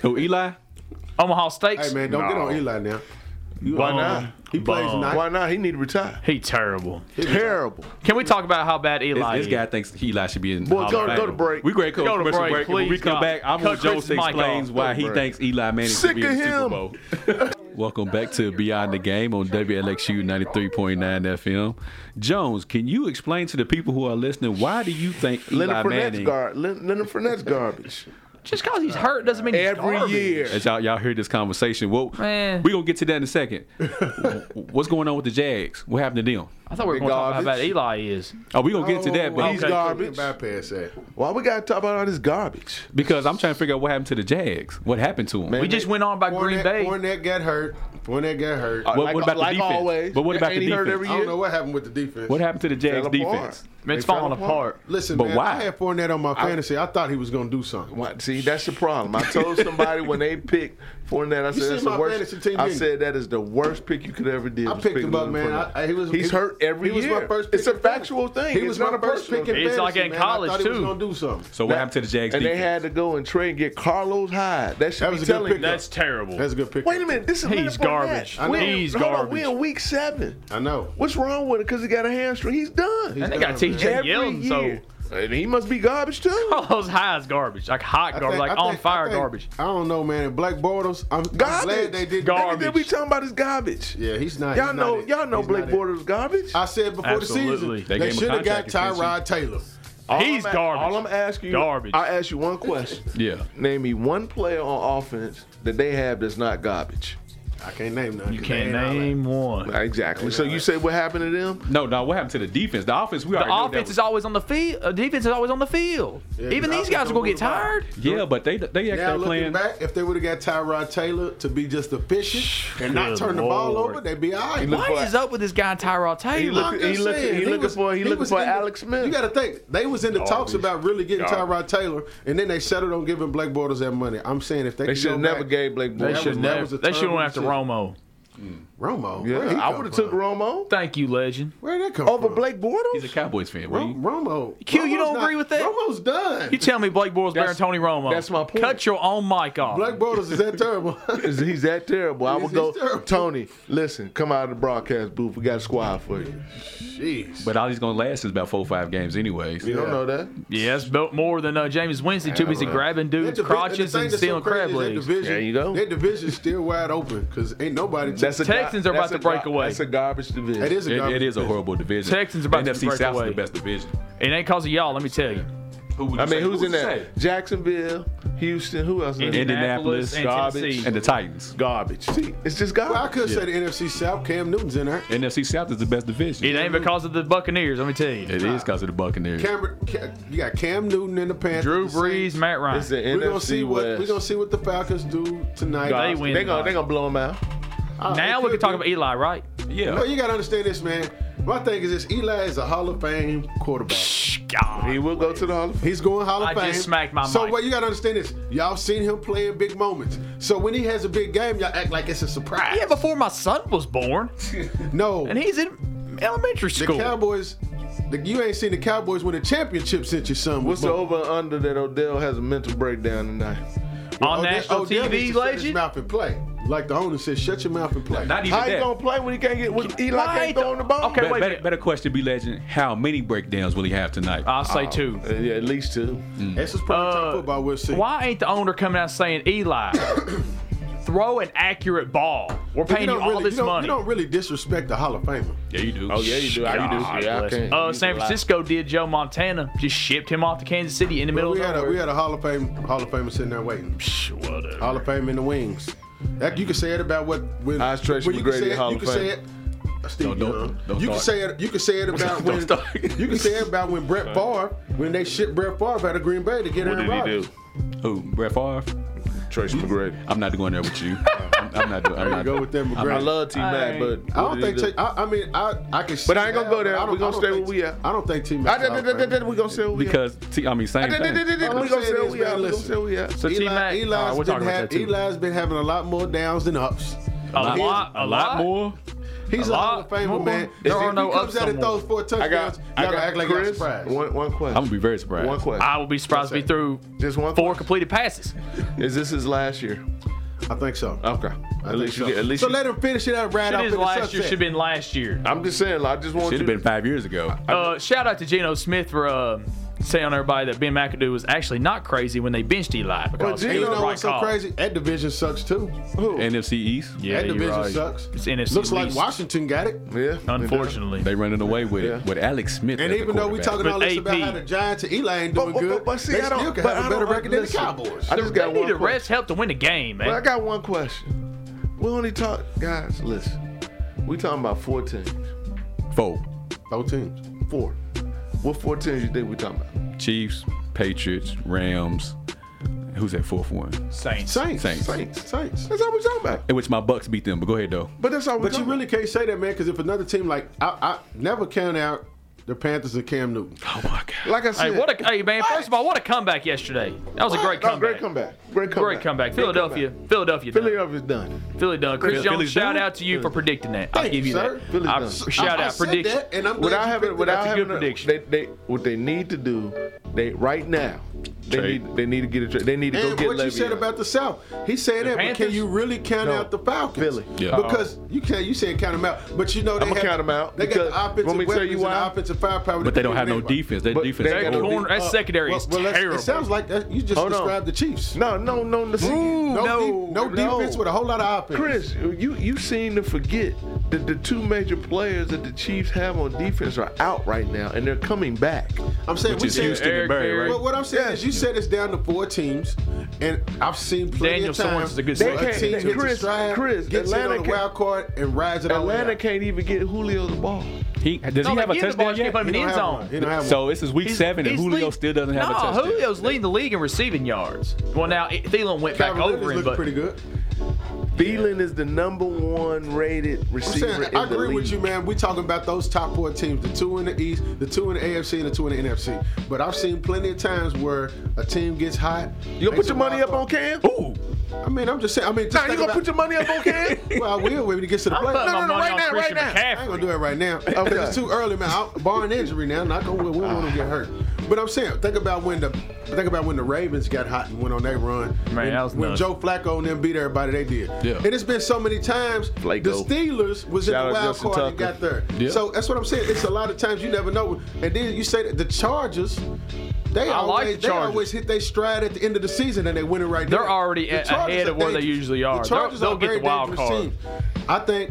Speaker 1: Who, Eli?
Speaker 3: Omaha Steaks.
Speaker 2: Hey man, don't get
Speaker 4: No.
Speaker 2: on Eli now.
Speaker 4: Why
Speaker 3: Bum.
Speaker 4: not?
Speaker 2: He plays
Speaker 3: Bum.
Speaker 2: nine.
Speaker 4: Why not? He need to retire.
Speaker 3: He terrible.
Speaker 4: Terrible.
Speaker 3: Can we talk about how bad
Speaker 1: This,
Speaker 3: Eli
Speaker 1: this
Speaker 3: is?
Speaker 1: guy thinks Eli should be in
Speaker 4: Boy,
Speaker 1: Hall
Speaker 4: go-
Speaker 1: of Fame.
Speaker 4: go to break.
Speaker 1: We're going to
Speaker 3: Go to
Speaker 1: commercial
Speaker 3: break,
Speaker 1: break. When we
Speaker 3: please,
Speaker 1: come
Speaker 3: God.
Speaker 1: back, I
Speaker 3: Cut
Speaker 1: want Joe
Speaker 3: Chris's
Speaker 1: to
Speaker 3: mic
Speaker 1: explains
Speaker 3: off.
Speaker 1: why
Speaker 4: Go
Speaker 1: he
Speaker 4: to break.
Speaker 1: thinks Eli Manning should
Speaker 4: Sick
Speaker 1: be in
Speaker 4: of
Speaker 1: the Super
Speaker 4: him.
Speaker 1: Bowl.
Speaker 4: [laughs]
Speaker 1: Welcome back to Beyond the Game on WLXU 93.9 FM. Jones, can you explain to the people who are listening why do you think Eli
Speaker 4: Leonard Fournette's
Speaker 1: Manning
Speaker 2: [laughs]
Speaker 4: guard. Leonard Fournette's garbage.
Speaker 3: Just because he's hurt doesn't mean he's
Speaker 4: every
Speaker 3: garbage.
Speaker 4: year.
Speaker 1: As y'all, y'all hear this conversation, well,
Speaker 3: Man.
Speaker 1: we gonna get to that in a second. [laughs] W- What's going on with the Jags? What happened to them?
Speaker 3: I thought we were
Speaker 4: Big
Speaker 3: going to talk about how bad Eli
Speaker 4: garbage.
Speaker 3: is.
Speaker 1: Oh, we gonna get to that, but
Speaker 2: Oh,
Speaker 4: he's
Speaker 2: okay.
Speaker 4: garbage.
Speaker 2: Bypass that.
Speaker 4: Why we gotta talk about all this garbage?
Speaker 1: because I'm trying to figure out what happened to the Jags. What happened to them?
Speaker 4: Man,
Speaker 3: We just went on by Green
Speaker 2: Fournette,
Speaker 3: Bay.
Speaker 2: Fournette got hurt. Fournette got hurt.
Speaker 4: Uh,
Speaker 1: What,
Speaker 4: Like-
Speaker 1: what about
Speaker 4: like
Speaker 1: the defense?
Speaker 4: always.
Speaker 1: But what about
Speaker 4: Ain't
Speaker 1: the
Speaker 4: he hurt
Speaker 1: defense?
Speaker 4: every
Speaker 2: I
Speaker 4: year?
Speaker 2: don't know what happened with the defense.
Speaker 1: What happened to the Jags
Speaker 4: Fell apart.
Speaker 1: defense?
Speaker 3: It's
Speaker 4: They fell
Speaker 3: falling apart.
Speaker 2: Listen,
Speaker 1: But
Speaker 2: man,
Speaker 1: why?
Speaker 2: I had Fournette on my fantasy. I, thought he was going to do something.
Speaker 4: Why- See, that's the problem. I told somebody when they picked Fournette, I
Speaker 2: seen
Speaker 4: said that's
Speaker 2: my
Speaker 4: the
Speaker 2: fantasy
Speaker 4: worst.
Speaker 2: team,
Speaker 4: I
Speaker 2: didn't
Speaker 4: said that is the worst pick you could ever do.
Speaker 2: I
Speaker 4: was
Speaker 2: picked
Speaker 4: picking
Speaker 2: him up,
Speaker 4: Leonard
Speaker 2: man.
Speaker 4: Fournette.
Speaker 2: I, I- he was
Speaker 4: He's
Speaker 2: he-
Speaker 4: hurt every
Speaker 2: He was
Speaker 4: year.
Speaker 2: my first.
Speaker 4: It's
Speaker 2: pick
Speaker 4: a
Speaker 2: in fantasy.
Speaker 4: factual thing.
Speaker 2: He
Speaker 4: It's
Speaker 2: was
Speaker 4: not
Speaker 2: my
Speaker 4: a
Speaker 2: first
Speaker 4: personal
Speaker 2: pick in
Speaker 4: thing.
Speaker 3: It's like
Speaker 2: fantasy,
Speaker 3: in
Speaker 2: man. I thought
Speaker 3: college,
Speaker 2: he was
Speaker 3: too.
Speaker 2: gonna do something.
Speaker 1: So what happened to the Jags
Speaker 4: And
Speaker 1: defense?
Speaker 4: they had to go and trade and get Carlos Hyde. That should
Speaker 2: That
Speaker 4: be
Speaker 2: was a good
Speaker 4: telling.
Speaker 2: pickup.
Speaker 4: That's
Speaker 2: That's
Speaker 3: terrible.
Speaker 2: That's a good pick.
Speaker 4: Wait a minute. This is
Speaker 3: He's
Speaker 4: Leonard Fournette.
Speaker 3: garbage.
Speaker 4: We're in-
Speaker 3: He's
Speaker 4: hold on,
Speaker 3: garbage.
Speaker 4: we're in week seven.
Speaker 2: I know.
Speaker 4: What's wrong with it? Because he got a hamstring. He's done.
Speaker 2: He's
Speaker 3: And they got
Speaker 2: done, man.
Speaker 3: TJ
Speaker 4: every
Speaker 3: Yeldon, so
Speaker 4: year. And he must be garbage too.
Speaker 3: all those highs garbage, like hot
Speaker 2: I
Speaker 3: garbage,
Speaker 2: think- I
Speaker 3: like
Speaker 2: think-
Speaker 3: on fire
Speaker 2: I think-
Speaker 3: garbage.
Speaker 2: I don't know, man. And Black Bortles, I'm, I'm
Speaker 4: Garbage.
Speaker 2: glad they did.
Speaker 3: Garbage.
Speaker 4: Everything we talking about is garbage.
Speaker 2: Yeah, he's not.
Speaker 4: Y'all
Speaker 2: he's
Speaker 4: know,
Speaker 2: not it.
Speaker 4: y'all know
Speaker 2: He's
Speaker 4: Blake
Speaker 2: not it.
Speaker 4: Bortles garbage.
Speaker 2: I said before
Speaker 3: Absolutely.
Speaker 1: They gave
Speaker 2: the season, they
Speaker 1: him a
Speaker 2: should have got
Speaker 1: contract
Speaker 2: Tyrod Taylor.
Speaker 4: All
Speaker 3: He's
Speaker 4: I'm a-
Speaker 3: garbage.
Speaker 4: All I'm asking you,
Speaker 3: Garbage.
Speaker 4: I ask you one question.
Speaker 1: yeah.
Speaker 4: [laughs] Name me one player on offense that they have that's not garbage.
Speaker 2: I can't name none.
Speaker 3: You can't name one.
Speaker 4: Exactly. So you say what happened to them?
Speaker 1: No, no. What happened to the defense? The offense. We
Speaker 3: The
Speaker 1: already know that
Speaker 3: offense
Speaker 1: was-
Speaker 3: is always on the field. The defense is always on the field.
Speaker 2: Yeah,
Speaker 3: Even
Speaker 2: the
Speaker 3: these guys
Speaker 2: offense
Speaker 3: are gonna get
Speaker 2: don't move
Speaker 3: tired.
Speaker 1: Yeah, but they they
Speaker 2: Now
Speaker 1: actually
Speaker 2: looking
Speaker 1: playing.
Speaker 2: back, if they would have got Tyrod Taylor to be just efficient and not
Speaker 3: Good
Speaker 2: turn the ball
Speaker 3: Lord.
Speaker 2: over, they'd be all right.
Speaker 4: looked
Speaker 2: I'm
Speaker 4: for-
Speaker 3: What is up with this guy Tyrod Taylor?
Speaker 4: looked-
Speaker 2: just
Speaker 4: he looked-
Speaker 2: saying,
Speaker 4: he looking for- he looking
Speaker 2: was
Speaker 4: for
Speaker 2: in
Speaker 4: Alex Smith. Oh,
Speaker 2: You got to think they was in the talks
Speaker 4: Garbage.
Speaker 2: about really getting
Speaker 4: Garbage.
Speaker 2: Tyrod Taylor, and then they settled on giving Blake Bortles that money. I'm saying if they,
Speaker 4: They
Speaker 2: could
Speaker 4: should have
Speaker 2: go
Speaker 4: never
Speaker 2: back-
Speaker 4: gave Blake
Speaker 3: They
Speaker 4: Bortles.
Speaker 3: should
Speaker 2: that
Speaker 3: never.
Speaker 2: was a
Speaker 3: They should
Speaker 2: terrible
Speaker 3: went after
Speaker 2: decision.
Speaker 3: Romo.
Speaker 2: Romo. where'd he
Speaker 4: Yeah, I
Speaker 2: come
Speaker 4: would have
Speaker 2: from?
Speaker 4: took Romo
Speaker 3: Thank you, legend.
Speaker 2: Where'd that come
Speaker 4: over
Speaker 2: from?
Speaker 4: Blake
Speaker 1: He's a
Speaker 4: [laughs] Bortles.
Speaker 1: Cowboys fan.
Speaker 2: Ro-
Speaker 1: Right?
Speaker 2: Romo.
Speaker 3: Q, you
Speaker 2: Romo's
Speaker 3: don't
Speaker 2: not-
Speaker 3: agree with that?
Speaker 2: Romo's done.
Speaker 3: You tell me Blake Bortles better than
Speaker 4: That's-
Speaker 3: Tony Romo.
Speaker 4: that's my point.
Speaker 3: Cut your own mic off.
Speaker 2: Black Bortles is that terrible? [laughs]
Speaker 4: He's, that terrible. I
Speaker 2: He's-
Speaker 4: would
Speaker 2: he's
Speaker 4: go,
Speaker 2: terrible.
Speaker 4: Tony. Listen, come out of the broadcast booth. We got a squad for you.
Speaker 2: Jeez.
Speaker 1: But all he's gonna last is about four or five games, anyways.
Speaker 4: You don't
Speaker 2: Yeah.
Speaker 4: know that.
Speaker 3: yeah, it's built more than uh, James Winston. Too busy
Speaker 4: right.
Speaker 3: grabbing
Speaker 2: That
Speaker 3: dudes'
Speaker 2: divi-
Speaker 3: crotches
Speaker 2: the thing
Speaker 3: and
Speaker 2: that's
Speaker 3: stealing
Speaker 2: so crazy
Speaker 3: crab
Speaker 2: is that
Speaker 3: legs.
Speaker 2: Division,
Speaker 4: There you go.
Speaker 2: That division's still wide open because ain't nobody.
Speaker 4: That's a
Speaker 3: Texans are
Speaker 4: that's
Speaker 3: about to
Speaker 4: a
Speaker 3: break
Speaker 4: gar-
Speaker 3: away.
Speaker 4: That's a garbage division.
Speaker 2: That is a
Speaker 1: It,
Speaker 2: garbage
Speaker 1: it is a
Speaker 2: division.
Speaker 1: horrible division.
Speaker 3: Texans about to
Speaker 1: NFC
Speaker 3: break
Speaker 1: South
Speaker 3: away.
Speaker 1: is the best division.
Speaker 3: It ain't cause of y'all. Let me tell you.
Speaker 1: Who would you
Speaker 4: I mean,
Speaker 1: say?
Speaker 4: who's
Speaker 1: Who
Speaker 4: in
Speaker 1: would you
Speaker 4: that? Jacksonville, Houston. Who else? in there?
Speaker 1: Indianapolis,
Speaker 3: and
Speaker 4: garbage.
Speaker 3: Tennessee.
Speaker 1: say? And the Titans.
Speaker 4: Garbage. See, it's just garbage.
Speaker 2: Well, I could say the NFC South. Cam Newton's in there.
Speaker 1: NFC South is the best division.
Speaker 3: It ain't because of the Buccaneers. Let me tell you.
Speaker 1: It is because of the Buccaneers.
Speaker 2: Cameron, Ca- you got Cam Newton in the Panthers.
Speaker 3: Drew
Speaker 2: the
Speaker 3: Brees,
Speaker 2: Saints.
Speaker 3: Matt Ryan.
Speaker 4: It's the
Speaker 2: We're
Speaker 4: NFC
Speaker 2: gonna see what
Speaker 4: West.
Speaker 2: we're gonna see what the Falcons do tonight.
Speaker 3: They win.
Speaker 4: They gonna they gonna blow him out.
Speaker 2: Uh,
Speaker 3: Now
Speaker 2: it
Speaker 3: we can
Speaker 2: could
Speaker 3: talk
Speaker 2: be.
Speaker 3: about E- Eli, right?
Speaker 2: No,
Speaker 1: Yeah.
Speaker 2: you gotta understand this, man. My thing is this: Eli is a Hall of Fame quarterback.
Speaker 4: He will go to the Hall of Fame.
Speaker 2: He's going Hall of
Speaker 3: I
Speaker 2: Fame.
Speaker 3: just smacked my
Speaker 2: So
Speaker 3: mic.
Speaker 2: what you gotta understand is, y'all seen him play in big moments. So when he has a big game, y'all act like it's a surprise.
Speaker 3: [laughs] Yeah, before my son was born,
Speaker 2: no,
Speaker 3: and he's in elementary
Speaker 2: the
Speaker 3: school.
Speaker 2: Cowboys. The, you ain't seen the Cowboys win a championship since your son was
Speaker 4: What's the
Speaker 2: born.
Speaker 4: over and under that Odell has a mental breakdown tonight?
Speaker 3: on
Speaker 2: Odell-
Speaker 3: national
Speaker 2: Odell needs
Speaker 3: TV,
Speaker 2: to Shut his
Speaker 3: legend.
Speaker 2: mouth and play. Like the owner said, shut your mouth and play.
Speaker 1: Not even
Speaker 4: How he gonna
Speaker 1: that.
Speaker 4: play when he can't get when Eli
Speaker 3: Right.
Speaker 4: can't throw him the ball?
Speaker 3: Okay.
Speaker 1: Be-
Speaker 3: Wait a
Speaker 1: Better,
Speaker 3: minute.
Speaker 1: better question be legend. How many breakdowns will he have tonight?
Speaker 3: I'll
Speaker 2: Oh.
Speaker 3: say two.
Speaker 4: Uh, yeah, at least two.
Speaker 1: Mm.
Speaker 2: This is prime time
Speaker 3: Uh,
Speaker 2: football. We'll see.
Speaker 3: Why ain't the owner coming out saying,
Speaker 2: [coughs]
Speaker 3: Eli, throw an accurate ball? We're
Speaker 2: But
Speaker 3: paying you,
Speaker 2: don't
Speaker 3: all
Speaker 2: really-
Speaker 3: this
Speaker 2: don't-
Speaker 3: money.
Speaker 2: You don't really disrespect the Hall of Famer.
Speaker 1: yeah, you do.
Speaker 4: Oh yeah, you do. I, you do.
Speaker 3: God
Speaker 4: Yeah, I
Speaker 3: bless
Speaker 4: can't.
Speaker 3: him. Uh,
Speaker 4: You
Speaker 3: San
Speaker 4: do a lot.
Speaker 3: Francisco did Joe Montana. Just shipped him off to Kansas City in the middle
Speaker 2: We
Speaker 3: of
Speaker 2: had a
Speaker 3: nowhere.
Speaker 2: we had a Hall of Fame Hall of Famer sitting there waiting.
Speaker 3: Psh, whatever.
Speaker 2: Hall of Fame in the wings. That you can say it about what when
Speaker 4: I stretch
Speaker 2: when you can
Speaker 4: McGrady
Speaker 2: say it-
Speaker 4: Hall
Speaker 2: you
Speaker 4: of
Speaker 2: can say
Speaker 4: Fame.
Speaker 2: it- Steve,
Speaker 1: Don't- don't-
Speaker 2: Young.
Speaker 1: don't
Speaker 2: you can
Speaker 1: start.
Speaker 2: say it. You can say it
Speaker 1: Don't
Speaker 2: about when.
Speaker 1: start.
Speaker 2: You can say it about when Brett Favre, when they shipped Brett Favre out of Green Bay to get Aaron
Speaker 4: What did he
Speaker 2: Rodgers.
Speaker 4: do?
Speaker 1: Who? Brett Favre?
Speaker 4: Tracy McGrady.
Speaker 1: I'm not going there with
Speaker 4: [laughs]
Speaker 1: you. I'm, I'm not doing. I'm
Speaker 2: I
Speaker 1: not.
Speaker 2: go with them
Speaker 4: I
Speaker 2: McGrady.
Speaker 4: love T Mac,
Speaker 3: I-
Speaker 2: I
Speaker 4: but what
Speaker 2: don't
Speaker 4: did he
Speaker 2: think.
Speaker 4: do?
Speaker 2: T- I, I mean, I I can.
Speaker 4: But I ain't gonna go there.
Speaker 2: I don't-
Speaker 4: We gonna
Speaker 2: I don't
Speaker 4: stay where
Speaker 2: think-
Speaker 4: we at.
Speaker 2: I don't think T
Speaker 4: I
Speaker 2: Mac.
Speaker 4: did- did- did- did- We gonna say who we are.
Speaker 1: Because T, I mean, same
Speaker 4: I did- did- did-
Speaker 1: thing.
Speaker 4: did-
Speaker 2: All
Speaker 4: We
Speaker 2: I'm
Speaker 4: gonna say
Speaker 2: saying
Speaker 4: who
Speaker 2: is,
Speaker 4: we are.
Speaker 2: man,
Speaker 4: We gonna
Speaker 2: listen.
Speaker 4: say who we are.
Speaker 3: So T-Mac,
Speaker 2: Eli's
Speaker 3: all right, we're
Speaker 2: been
Speaker 3: talking about
Speaker 2: have-
Speaker 3: that too.
Speaker 2: Eli's been having a lot more downs than ups.
Speaker 3: a lot, a,
Speaker 1: A
Speaker 3: lot
Speaker 1: lot more.
Speaker 2: He's
Speaker 3: A
Speaker 2: a Hall of
Speaker 3: lot more.
Speaker 2: Famer, man. If
Speaker 3: There are
Speaker 2: he
Speaker 3: no
Speaker 2: comes
Speaker 3: ups
Speaker 2: out and
Speaker 3: no more.
Speaker 2: throws four touchdowns.
Speaker 4: I got.
Speaker 2: y'all
Speaker 4: I
Speaker 2: gonna act
Speaker 4: got
Speaker 2: like y'all
Speaker 4: Chris.
Speaker 2: surprised.
Speaker 4: One one
Speaker 1: I'm gonna
Speaker 4: question.
Speaker 1: be very surprised.
Speaker 4: One question.
Speaker 3: I would be surprised if he threw
Speaker 4: Just one
Speaker 3: four
Speaker 4: question.
Speaker 3: completed passes.
Speaker 4: Is this his last year?
Speaker 2: I think so.
Speaker 4: Okay.
Speaker 2: I
Speaker 4: At
Speaker 2: think
Speaker 4: least you
Speaker 2: so.
Speaker 4: get. At least
Speaker 2: so
Speaker 4: you-
Speaker 2: let him finish it out right
Speaker 3: Should
Speaker 2: off in
Speaker 3: his
Speaker 2: the
Speaker 3: last year
Speaker 2: sunset.
Speaker 3: should have been last year.
Speaker 4: I'm just saying. like, I just want
Speaker 1: Should
Speaker 4: you
Speaker 1: have been five years ago.
Speaker 3: Uh, shout out to Geno Smith for uh, telling everybody that Ben McAdoo was actually not crazy when they benched Eli
Speaker 2: But
Speaker 3: because
Speaker 2: then
Speaker 3: he
Speaker 2: you
Speaker 3: was
Speaker 2: know
Speaker 3: the right
Speaker 2: what's so
Speaker 3: call.
Speaker 2: crazy? That division sucks too. Who?
Speaker 1: NFC East.
Speaker 3: Yeah,
Speaker 2: that
Speaker 3: you're
Speaker 2: division
Speaker 3: right.
Speaker 2: sucks.
Speaker 3: It's NFC
Speaker 2: Looks like
Speaker 3: least.
Speaker 2: Washington got it.
Speaker 4: Yeah.
Speaker 3: Unfortunately,
Speaker 1: They running away with
Speaker 4: Yeah.
Speaker 1: it with Alex Smith.
Speaker 2: And
Speaker 1: as the
Speaker 2: even though we
Speaker 1: quarterback.
Speaker 2: talking all this
Speaker 3: But
Speaker 2: about
Speaker 3: AP
Speaker 2: how the Giants and Eli ain't
Speaker 4: But-
Speaker 2: doing
Speaker 4: but-
Speaker 2: good,
Speaker 4: but- but see,
Speaker 2: they
Speaker 4: I don't-
Speaker 2: still can have
Speaker 4: but I
Speaker 2: a better
Speaker 4: don't-
Speaker 2: record than the
Speaker 4: listen,
Speaker 2: Cowboys.
Speaker 4: I just got
Speaker 3: they need
Speaker 4: one
Speaker 3: the
Speaker 4: question.
Speaker 3: refs help to win the game, man.
Speaker 4: Well, I got one question. We only talk, guys. Listen, we talking about four teams.
Speaker 1: Four.
Speaker 2: Four teams.
Speaker 4: Four. What four teams you think we talking about?
Speaker 1: Chiefs, Patriots, Rams. Who's that fourth one?
Speaker 3: Saints.
Speaker 2: Saints.
Speaker 1: Saints.
Speaker 2: Saints. Saints.
Speaker 4: That's all we talking about.
Speaker 1: In which my Bucks beat them. But go ahead though.
Speaker 4: But that's all we.
Speaker 2: But you
Speaker 4: talking
Speaker 2: really can't say that, man, because if another team like I, I never count out the Panthers and Cam Newton.
Speaker 1: Oh my God.
Speaker 4: about. like I said.
Speaker 3: Hey, what a hey man! First of all, what a comeback yesterday. That was a great
Speaker 4: No,
Speaker 3: comeback.
Speaker 4: great comeback. Great comeback.
Speaker 3: Great comeback. Philadelphia. Philadelphia. done.
Speaker 4: Philadelphia's done.
Speaker 3: Philly done. Chris Jones,
Speaker 1: Philly's
Speaker 3: shout
Speaker 1: done?
Speaker 3: out to you for predicting that. I
Speaker 2: Thank
Speaker 3: give you
Speaker 2: you, sir.
Speaker 3: that.
Speaker 4: Philly's
Speaker 3: I,
Speaker 4: done.
Speaker 3: shout
Speaker 2: I- I
Speaker 3: out
Speaker 2: said
Speaker 3: prediction.
Speaker 2: that, and I'm glad
Speaker 4: Without
Speaker 2: you
Speaker 4: having,
Speaker 2: picked it.
Speaker 4: without
Speaker 3: That's a
Speaker 4: having,
Speaker 3: good
Speaker 4: a-
Speaker 3: prediction.
Speaker 4: They, they, what they need to do, they right now, they
Speaker 1: Trade.
Speaker 4: need, they need to get a trade. They need to
Speaker 2: And
Speaker 4: go get
Speaker 2: what you said
Speaker 4: Le'Veon.
Speaker 2: about the South, he said that, but can
Speaker 3: Panthers?
Speaker 2: you really count
Speaker 4: No.
Speaker 2: out the Falcons?
Speaker 4: Philly.
Speaker 1: Yeah.
Speaker 2: Because you can you said count them out, but you know they
Speaker 4: I'ma
Speaker 2: have-
Speaker 4: count 'em out
Speaker 2: They
Speaker 4: because-
Speaker 2: got the
Speaker 4: want
Speaker 2: offensive
Speaker 4: me to tell
Speaker 2: weapons
Speaker 4: you
Speaker 2: and
Speaker 4: why?
Speaker 2: the offensive firepower.
Speaker 1: But they don't have no defense.
Speaker 2: defense.
Speaker 1: Their
Speaker 4: But
Speaker 1: defense.
Speaker 4: they
Speaker 1: is
Speaker 4: got
Speaker 1: horrible.
Speaker 3: corner- that secondary is
Speaker 2: uh, that's-
Speaker 3: terrible.
Speaker 2: It sounds like that, you just
Speaker 4: Hold on.
Speaker 2: described the Chiefs.
Speaker 4: No, no, no. Listen,
Speaker 2: no, de- no defense with a whole lot of offense.
Speaker 4: Chris, you you seem to forget that the two major players that the Chiefs have on defense are out right now, and they're coming back.
Speaker 2: I'm saying
Speaker 1: Which
Speaker 2: we
Speaker 1: is
Speaker 2: said-
Speaker 1: Houston
Speaker 3: Eric
Speaker 1: and Barry,
Speaker 3: Berry.
Speaker 1: right?
Speaker 2: Well, what I'm saying
Speaker 4: Yeah.
Speaker 2: is, you said it's down to four teams, and I've seen plenty
Speaker 3: Daniel
Speaker 2: of times
Speaker 3: Sorensen's a good
Speaker 2: where
Speaker 4: selection.
Speaker 2: team
Speaker 4: They-
Speaker 2: hits
Speaker 4: Chris-
Speaker 2: a stride,
Speaker 4: Chris,
Speaker 2: gets in
Speaker 4: Atlanta
Speaker 2: on the
Speaker 4: can-
Speaker 2: wild card and rides it all
Speaker 4: Atlanta
Speaker 2: out.
Speaker 4: can't even get Julio the ball.
Speaker 1: He does
Speaker 3: No,
Speaker 1: he
Speaker 3: they
Speaker 1: have a
Speaker 3: get the ball,
Speaker 1: touchdown
Speaker 3: you can't put him in
Speaker 1: yet?
Speaker 2: He
Speaker 3: the
Speaker 2: don't
Speaker 3: end
Speaker 2: have one.
Speaker 3: zone.
Speaker 2: He don't have one.
Speaker 1: So this is week
Speaker 3: He's-
Speaker 1: seven, and
Speaker 3: he's
Speaker 1: Julio
Speaker 3: lead-
Speaker 1: still doesn't have a
Speaker 3: Nah,
Speaker 1: touchdown.
Speaker 3: Julio's leading the league in receiving yards. Well, now it- Thielen went back
Speaker 2: Calvin
Speaker 3: over
Speaker 2: Ridley's
Speaker 3: him,
Speaker 2: looking
Speaker 3: but
Speaker 2: pretty good.
Speaker 4: Thielen is the number one rated
Speaker 2: I'm
Speaker 4: receiver
Speaker 2: saying,
Speaker 4: in
Speaker 2: I
Speaker 4: the
Speaker 2: agree with
Speaker 4: league.
Speaker 2: you, man. We talking about those top four teams: the two in the East, the two in the AFC, and the two in the NFC. But I've seen plenty of times where a team gets hot.
Speaker 4: You gonna put your money up on Cam?
Speaker 1: Ooh,
Speaker 2: I mean, I'm just saying. I mean, just
Speaker 4: Nah, you
Speaker 2: think
Speaker 4: gonna
Speaker 2: about-
Speaker 4: put your money up on Cam?
Speaker 2: [laughs] Well, I will when he gets to the
Speaker 3: I'm
Speaker 2: play.
Speaker 3: putting
Speaker 4: No,
Speaker 3: my
Speaker 4: no, no,
Speaker 3: money
Speaker 4: right
Speaker 3: on
Speaker 4: now,
Speaker 3: Christian
Speaker 4: right now.
Speaker 2: I ain't
Speaker 3: McCaffrey.
Speaker 2: gonna do it right now.
Speaker 4: Okay.
Speaker 2: Because it's too early, man. I, barring injury now, not gonna we we don't wanna get hurt. But I'm saying, think about when the think about when the Ravens got hot and went on their run.
Speaker 3: Man,
Speaker 2: And
Speaker 3: that was
Speaker 2: when
Speaker 3: nuts.
Speaker 2: Joe Flacco and them beat everybody, they did.
Speaker 1: Yeah.
Speaker 2: And it's been so many times
Speaker 4: Flacco.
Speaker 2: the Steelers was
Speaker 4: Shout
Speaker 2: in
Speaker 4: out
Speaker 2: the wild
Speaker 4: Justin
Speaker 2: card and
Speaker 4: Tucker.
Speaker 2: got there.
Speaker 1: Yeah.
Speaker 2: So that's what I'm saying. It's a lot of times you never know. And then you say that the Chargers. They
Speaker 3: I like
Speaker 2: always,
Speaker 3: the
Speaker 2: they
Speaker 3: Chargers.
Speaker 2: always hit their stride at the end of the season and they win it right
Speaker 3: They're
Speaker 2: there.
Speaker 3: already
Speaker 2: The
Speaker 3: a-
Speaker 2: Chargers
Speaker 3: ahead
Speaker 2: are
Speaker 3: of where they
Speaker 2: dangerous.
Speaker 3: usually are.
Speaker 2: The
Speaker 3: They're-
Speaker 2: Chargers
Speaker 3: they'll
Speaker 2: are a
Speaker 3: get
Speaker 2: very
Speaker 3: the wild
Speaker 2: dangerous
Speaker 3: card.
Speaker 2: team. I think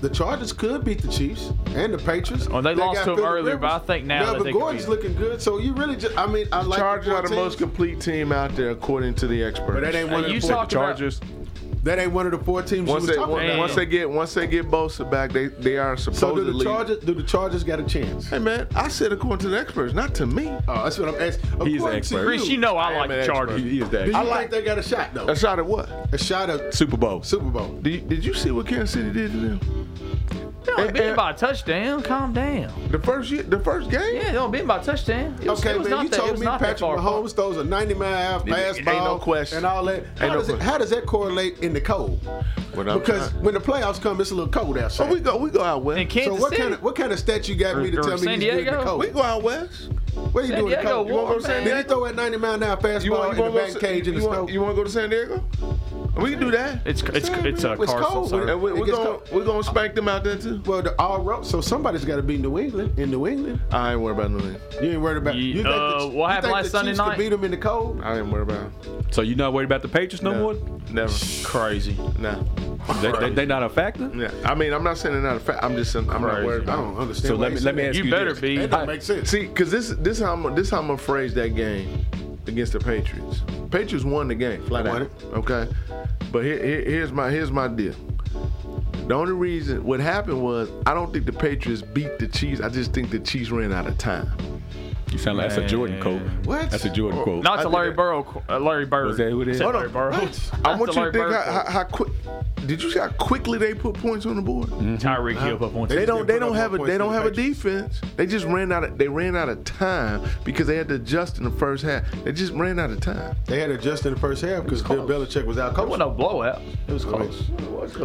Speaker 2: the Chargers could beat the Chiefs and the Patriots.
Speaker 3: Oh, they lost
Speaker 2: got
Speaker 3: to 'em
Speaker 2: Phillip
Speaker 3: earlier, but I
Speaker 2: Rivers.
Speaker 3: think now that
Speaker 2: Melvin
Speaker 3: they could
Speaker 2: Gordon's
Speaker 3: beat 'em.
Speaker 2: looking good, so you really just, I mean, I like
Speaker 4: Chargers are the most
Speaker 2: teams,
Speaker 4: complete team out there according to the experts.
Speaker 2: but that ain't one
Speaker 3: Hey,
Speaker 2: of
Speaker 3: you
Speaker 2: the
Speaker 3: talk
Speaker 2: four,
Speaker 3: about
Speaker 1: Chargers.
Speaker 2: that ain't one of the four teams you
Speaker 4: once
Speaker 2: was
Speaker 4: they,
Speaker 2: talking
Speaker 4: once,
Speaker 2: about.
Speaker 4: once they get once they get Bosa back, they they are
Speaker 2: so do
Speaker 4: supposedly.
Speaker 2: the Chargers? Do the Chargers got a chance?
Speaker 4: Hey man, I said according to the experts, not to me.
Speaker 2: Oh, that's what I'm asking.
Speaker 1: He's an
Speaker 2: According
Speaker 1: expert.
Speaker 2: to
Speaker 3: Chris, you know I,
Speaker 4: I am
Speaker 3: like
Speaker 4: an
Speaker 3: the
Speaker 4: expert.
Speaker 1: He,
Speaker 3: Chargers.
Speaker 1: he is that.
Speaker 2: Do you
Speaker 1: I like
Speaker 2: think they got a shot though?
Speaker 4: A shot at what?
Speaker 2: A shot of
Speaker 1: Super Bowl.
Speaker 2: Super Bowl.
Speaker 4: Did you, did you see what Kansas City did to them?
Speaker 3: They only
Speaker 4: And-
Speaker 3: beat
Speaker 4: and-
Speaker 3: him by a touchdown. Calm down.
Speaker 4: The first year, the first game.
Speaker 3: Yeah, they only beat him by a touchdown. It was,
Speaker 2: Okay,
Speaker 3: it was
Speaker 2: man,
Speaker 3: not
Speaker 2: you
Speaker 3: that, it
Speaker 2: told
Speaker 3: was
Speaker 2: me
Speaker 3: not that
Speaker 2: Patrick
Speaker 3: far apart.
Speaker 2: Mahomes throws a 90 mile an hour
Speaker 4: It- it ain't
Speaker 2: fastball
Speaker 4: no question.
Speaker 2: and all that. How,
Speaker 4: no
Speaker 2: does it,
Speaker 4: question.
Speaker 2: how does that correlate in the cold?
Speaker 4: What I'm
Speaker 2: because
Speaker 4: trying-
Speaker 2: when the playoffs come, it's a little cold outside.
Speaker 4: Oh, we go we go out west.
Speaker 3: And Kansas
Speaker 2: so what
Speaker 3: City.
Speaker 2: kind of what kind of stat you got me to
Speaker 3: Or- or
Speaker 2: tell me
Speaker 3: San
Speaker 2: he's good in the
Speaker 3: Diego?
Speaker 2: cold?
Speaker 4: we go out west.
Speaker 2: What are you
Speaker 3: San
Speaker 2: doing in the
Speaker 3: Diego
Speaker 2: cold? You
Speaker 3: warm,
Speaker 2: want to go to San
Speaker 3: man.
Speaker 2: Diego? Then you throw that 90 mile an hour
Speaker 3: Oh,
Speaker 4: You
Speaker 2: fastball in
Speaker 4: want you
Speaker 2: the
Speaker 4: want to
Speaker 2: back
Speaker 4: go
Speaker 2: cage in the
Speaker 4: you
Speaker 2: snow.
Speaker 4: want, you want to go to San Diego? We can do that.
Speaker 3: It's it's it's a
Speaker 2: It was
Speaker 3: Carson.
Speaker 2: cold.
Speaker 3: sir.
Speaker 4: and we,
Speaker 2: it
Speaker 4: we're
Speaker 2: gets
Speaker 4: gonna
Speaker 2: cold.
Speaker 4: we're gonna spank them out there too.
Speaker 2: Well, the all road. So somebody's got to be New England. In New England,
Speaker 4: I ain't worried about nothing.
Speaker 2: you ain't worried about.
Speaker 3: Ye-
Speaker 2: You think
Speaker 3: uh,
Speaker 2: the,
Speaker 3: what
Speaker 2: you
Speaker 3: happened
Speaker 2: think
Speaker 3: last
Speaker 2: the
Speaker 3: Sunday
Speaker 2: Chiefs could
Speaker 3: night?
Speaker 2: beat them in the cold.
Speaker 4: I ain't worried about.
Speaker 1: So you not worried about the Patriots no,
Speaker 4: No,
Speaker 1: more?
Speaker 4: never.
Speaker 3: Crazy.
Speaker 4: No.
Speaker 1: They, they, they not a factor.
Speaker 4: Yeah. I mean, I'm not saying they're not a fact. I'm just saying I'm not
Speaker 3: Crazy.
Speaker 4: worried
Speaker 2: I
Speaker 4: about.
Speaker 2: don't understand.
Speaker 1: So
Speaker 2: why
Speaker 1: let
Speaker 2: you
Speaker 1: me
Speaker 2: say
Speaker 1: let me
Speaker 2: that.
Speaker 1: ask you,
Speaker 3: You better
Speaker 1: this.
Speaker 3: be.
Speaker 2: That
Speaker 1: I-
Speaker 2: don't make sense.
Speaker 4: See, because this this how I'm this how I'm gonna phrase that game against the Patriots. Patriots won the game, flat
Speaker 2: Won
Speaker 4: out.
Speaker 2: it.
Speaker 4: Okay, but here, here- here's my here's my deal. The only reason what happened was I don't think the Patriots beat the Chiefs. I just think the Chiefs ran out of time.
Speaker 1: You sound like that's a Jordan quote.
Speaker 2: What?
Speaker 1: That's a Jordan quote.
Speaker 3: Not
Speaker 4: I
Speaker 3: to
Speaker 4: think
Speaker 3: Larry
Speaker 4: that-
Speaker 3: Burrow. uh, Larry Bird.
Speaker 1: Was that who it is?
Speaker 3: I said
Speaker 1: Hold
Speaker 4: on.
Speaker 3: Larry Burrow.
Speaker 2: What?
Speaker 3: That's
Speaker 4: I want
Speaker 3: the
Speaker 4: you to
Speaker 3: Larry
Speaker 4: think
Speaker 3: Bird
Speaker 4: how,
Speaker 3: quote.
Speaker 4: how, how quick. Did you see how quickly they put points on the board?
Speaker 1: Mm-hmm.
Speaker 3: Tyreek Hill put points.
Speaker 4: They
Speaker 2: They
Speaker 4: don't.
Speaker 2: put
Speaker 4: They
Speaker 2: up
Speaker 4: don't
Speaker 2: more
Speaker 4: have a.
Speaker 2: points
Speaker 4: They
Speaker 2: than
Speaker 4: don't
Speaker 2: the
Speaker 4: have a defense. They just ran out. Of, they ran out of time because they had to adjust in the first half. They just ran out of time.
Speaker 2: They had to adjust in the first half because Bill
Speaker 3: close.
Speaker 2: Belichick was out
Speaker 3: It
Speaker 2: coaching.
Speaker 3: wasn't a blowout. It was close.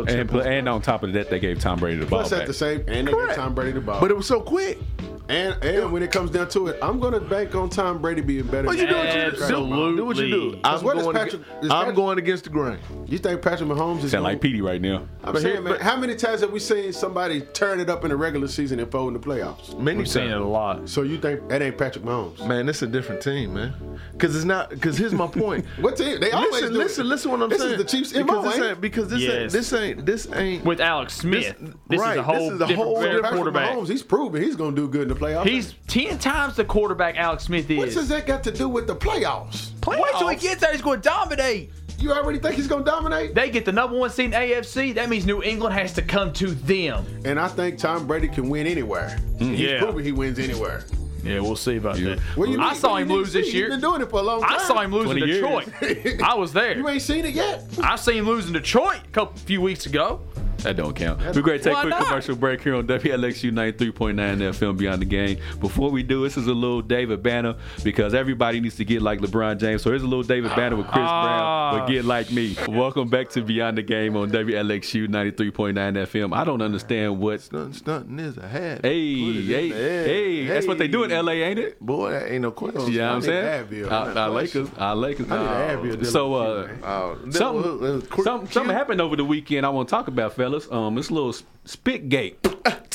Speaker 1: and, pl- and on top of that, they gave Tom Brady the ball
Speaker 2: Plus, at
Speaker 1: back.
Speaker 2: the same, and they got
Speaker 4: Correct.
Speaker 2: Tom Brady the ball.
Speaker 4: But it was so quick.
Speaker 2: And and when it comes down to it, I'm gonna bank on Tom Brady being better.
Speaker 4: Well, you
Speaker 2: than
Speaker 4: do what you do.
Speaker 3: Absolutely.
Speaker 4: Do what you do. I'm,
Speaker 2: what is
Speaker 4: going,
Speaker 2: Patrick-
Speaker 4: ag-
Speaker 2: is
Speaker 4: I'm
Speaker 2: Patrick-
Speaker 4: going against the grain.
Speaker 2: You think Patrick Mahomes is
Speaker 1: Sound like
Speaker 2: gonna-
Speaker 1: Petey right now.
Speaker 2: I'm
Speaker 4: But
Speaker 2: saying,
Speaker 4: here-
Speaker 2: man,
Speaker 4: but-
Speaker 2: how many times have we seen somebody turn it up in the regular season and fold in the playoffs?
Speaker 4: Many
Speaker 3: We've seen it
Speaker 4: times.
Speaker 3: a lot.
Speaker 2: So you think that ain't Patrick Mahomes?
Speaker 4: Man, this is a different team, man. Because it's not. Because here's my point.
Speaker 2: [laughs] What team? They always
Speaker 4: listen,
Speaker 2: do it.
Speaker 4: listen, listen. What I'm
Speaker 2: This is
Speaker 4: saying.
Speaker 2: the Chiefs' MO,
Speaker 4: Because this
Speaker 2: ain't it?
Speaker 4: ain't. Because this
Speaker 3: Yes.
Speaker 4: ain't. This ain't. This ain't.
Speaker 3: With Alex Smith, this, is
Speaker 4: right,
Speaker 3: a whole
Speaker 4: this is a
Speaker 3: different
Speaker 4: whole
Speaker 3: player
Speaker 4: different
Speaker 2: Patrick
Speaker 3: quarterback.
Speaker 2: Mahomes, he's proven he's gonna do good in the playoffs.
Speaker 3: He's ten times the quarterback Alex Smith
Speaker 2: what
Speaker 3: is.
Speaker 2: does that got to do with the playoffs?
Speaker 5: Wait till he gets there. He's going to dominate.
Speaker 2: You already think he's gonna dominate?
Speaker 3: They get the number one seed in AFC. That means New England has to come to them.
Speaker 2: And I think Tom Brady can win anywhere. He's
Speaker 3: Yeah.
Speaker 2: proven he wins anywhere.
Speaker 3: Yeah, we'll see about that.
Speaker 2: What you
Speaker 3: I
Speaker 2: need-
Speaker 3: saw
Speaker 2: what you
Speaker 3: him
Speaker 2: need to
Speaker 3: lose this
Speaker 2: see?
Speaker 3: year.
Speaker 2: He's been doing it for a long time.
Speaker 3: I saw him lose in
Speaker 1: 20 years.
Speaker 3: Detroit. I was there.
Speaker 2: You ain't seen it yet.
Speaker 3: I seen him lose in Detroit a couple few weeks ago.
Speaker 1: That don't count. We're going to take
Speaker 3: Why
Speaker 1: a quick
Speaker 3: not?
Speaker 1: commercial break here on WLXU 93.9 FM Beyond the Game. Before we do, this is a little David Banner because everybody needs to get like LeBron James. So here's a little David Banner with Chris
Speaker 3: Ah.
Speaker 1: Brown, but get like me. Welcome back to Beyond the Game on WLXU 93.9 FM. I don't understand what.
Speaker 4: Stunting, stunting is a hat.
Speaker 1: Hey,
Speaker 4: Put it in
Speaker 1: hey,
Speaker 4: the head.
Speaker 1: hey, that's what they do in LA, ain't it?
Speaker 4: Boy, that ain't no question.
Speaker 1: Yeah, I'm
Speaker 2: need
Speaker 1: saying.
Speaker 2: Advil.
Speaker 1: I, I like us. I like us.
Speaker 2: I need an Advil, Dylan.
Speaker 1: So, uh,
Speaker 4: Oh,
Speaker 1: something,
Speaker 4: that was- that was
Speaker 1: something,
Speaker 4: quick-
Speaker 1: something happened over the weekend. I want to talk about, fellas. Um, this little spit gate,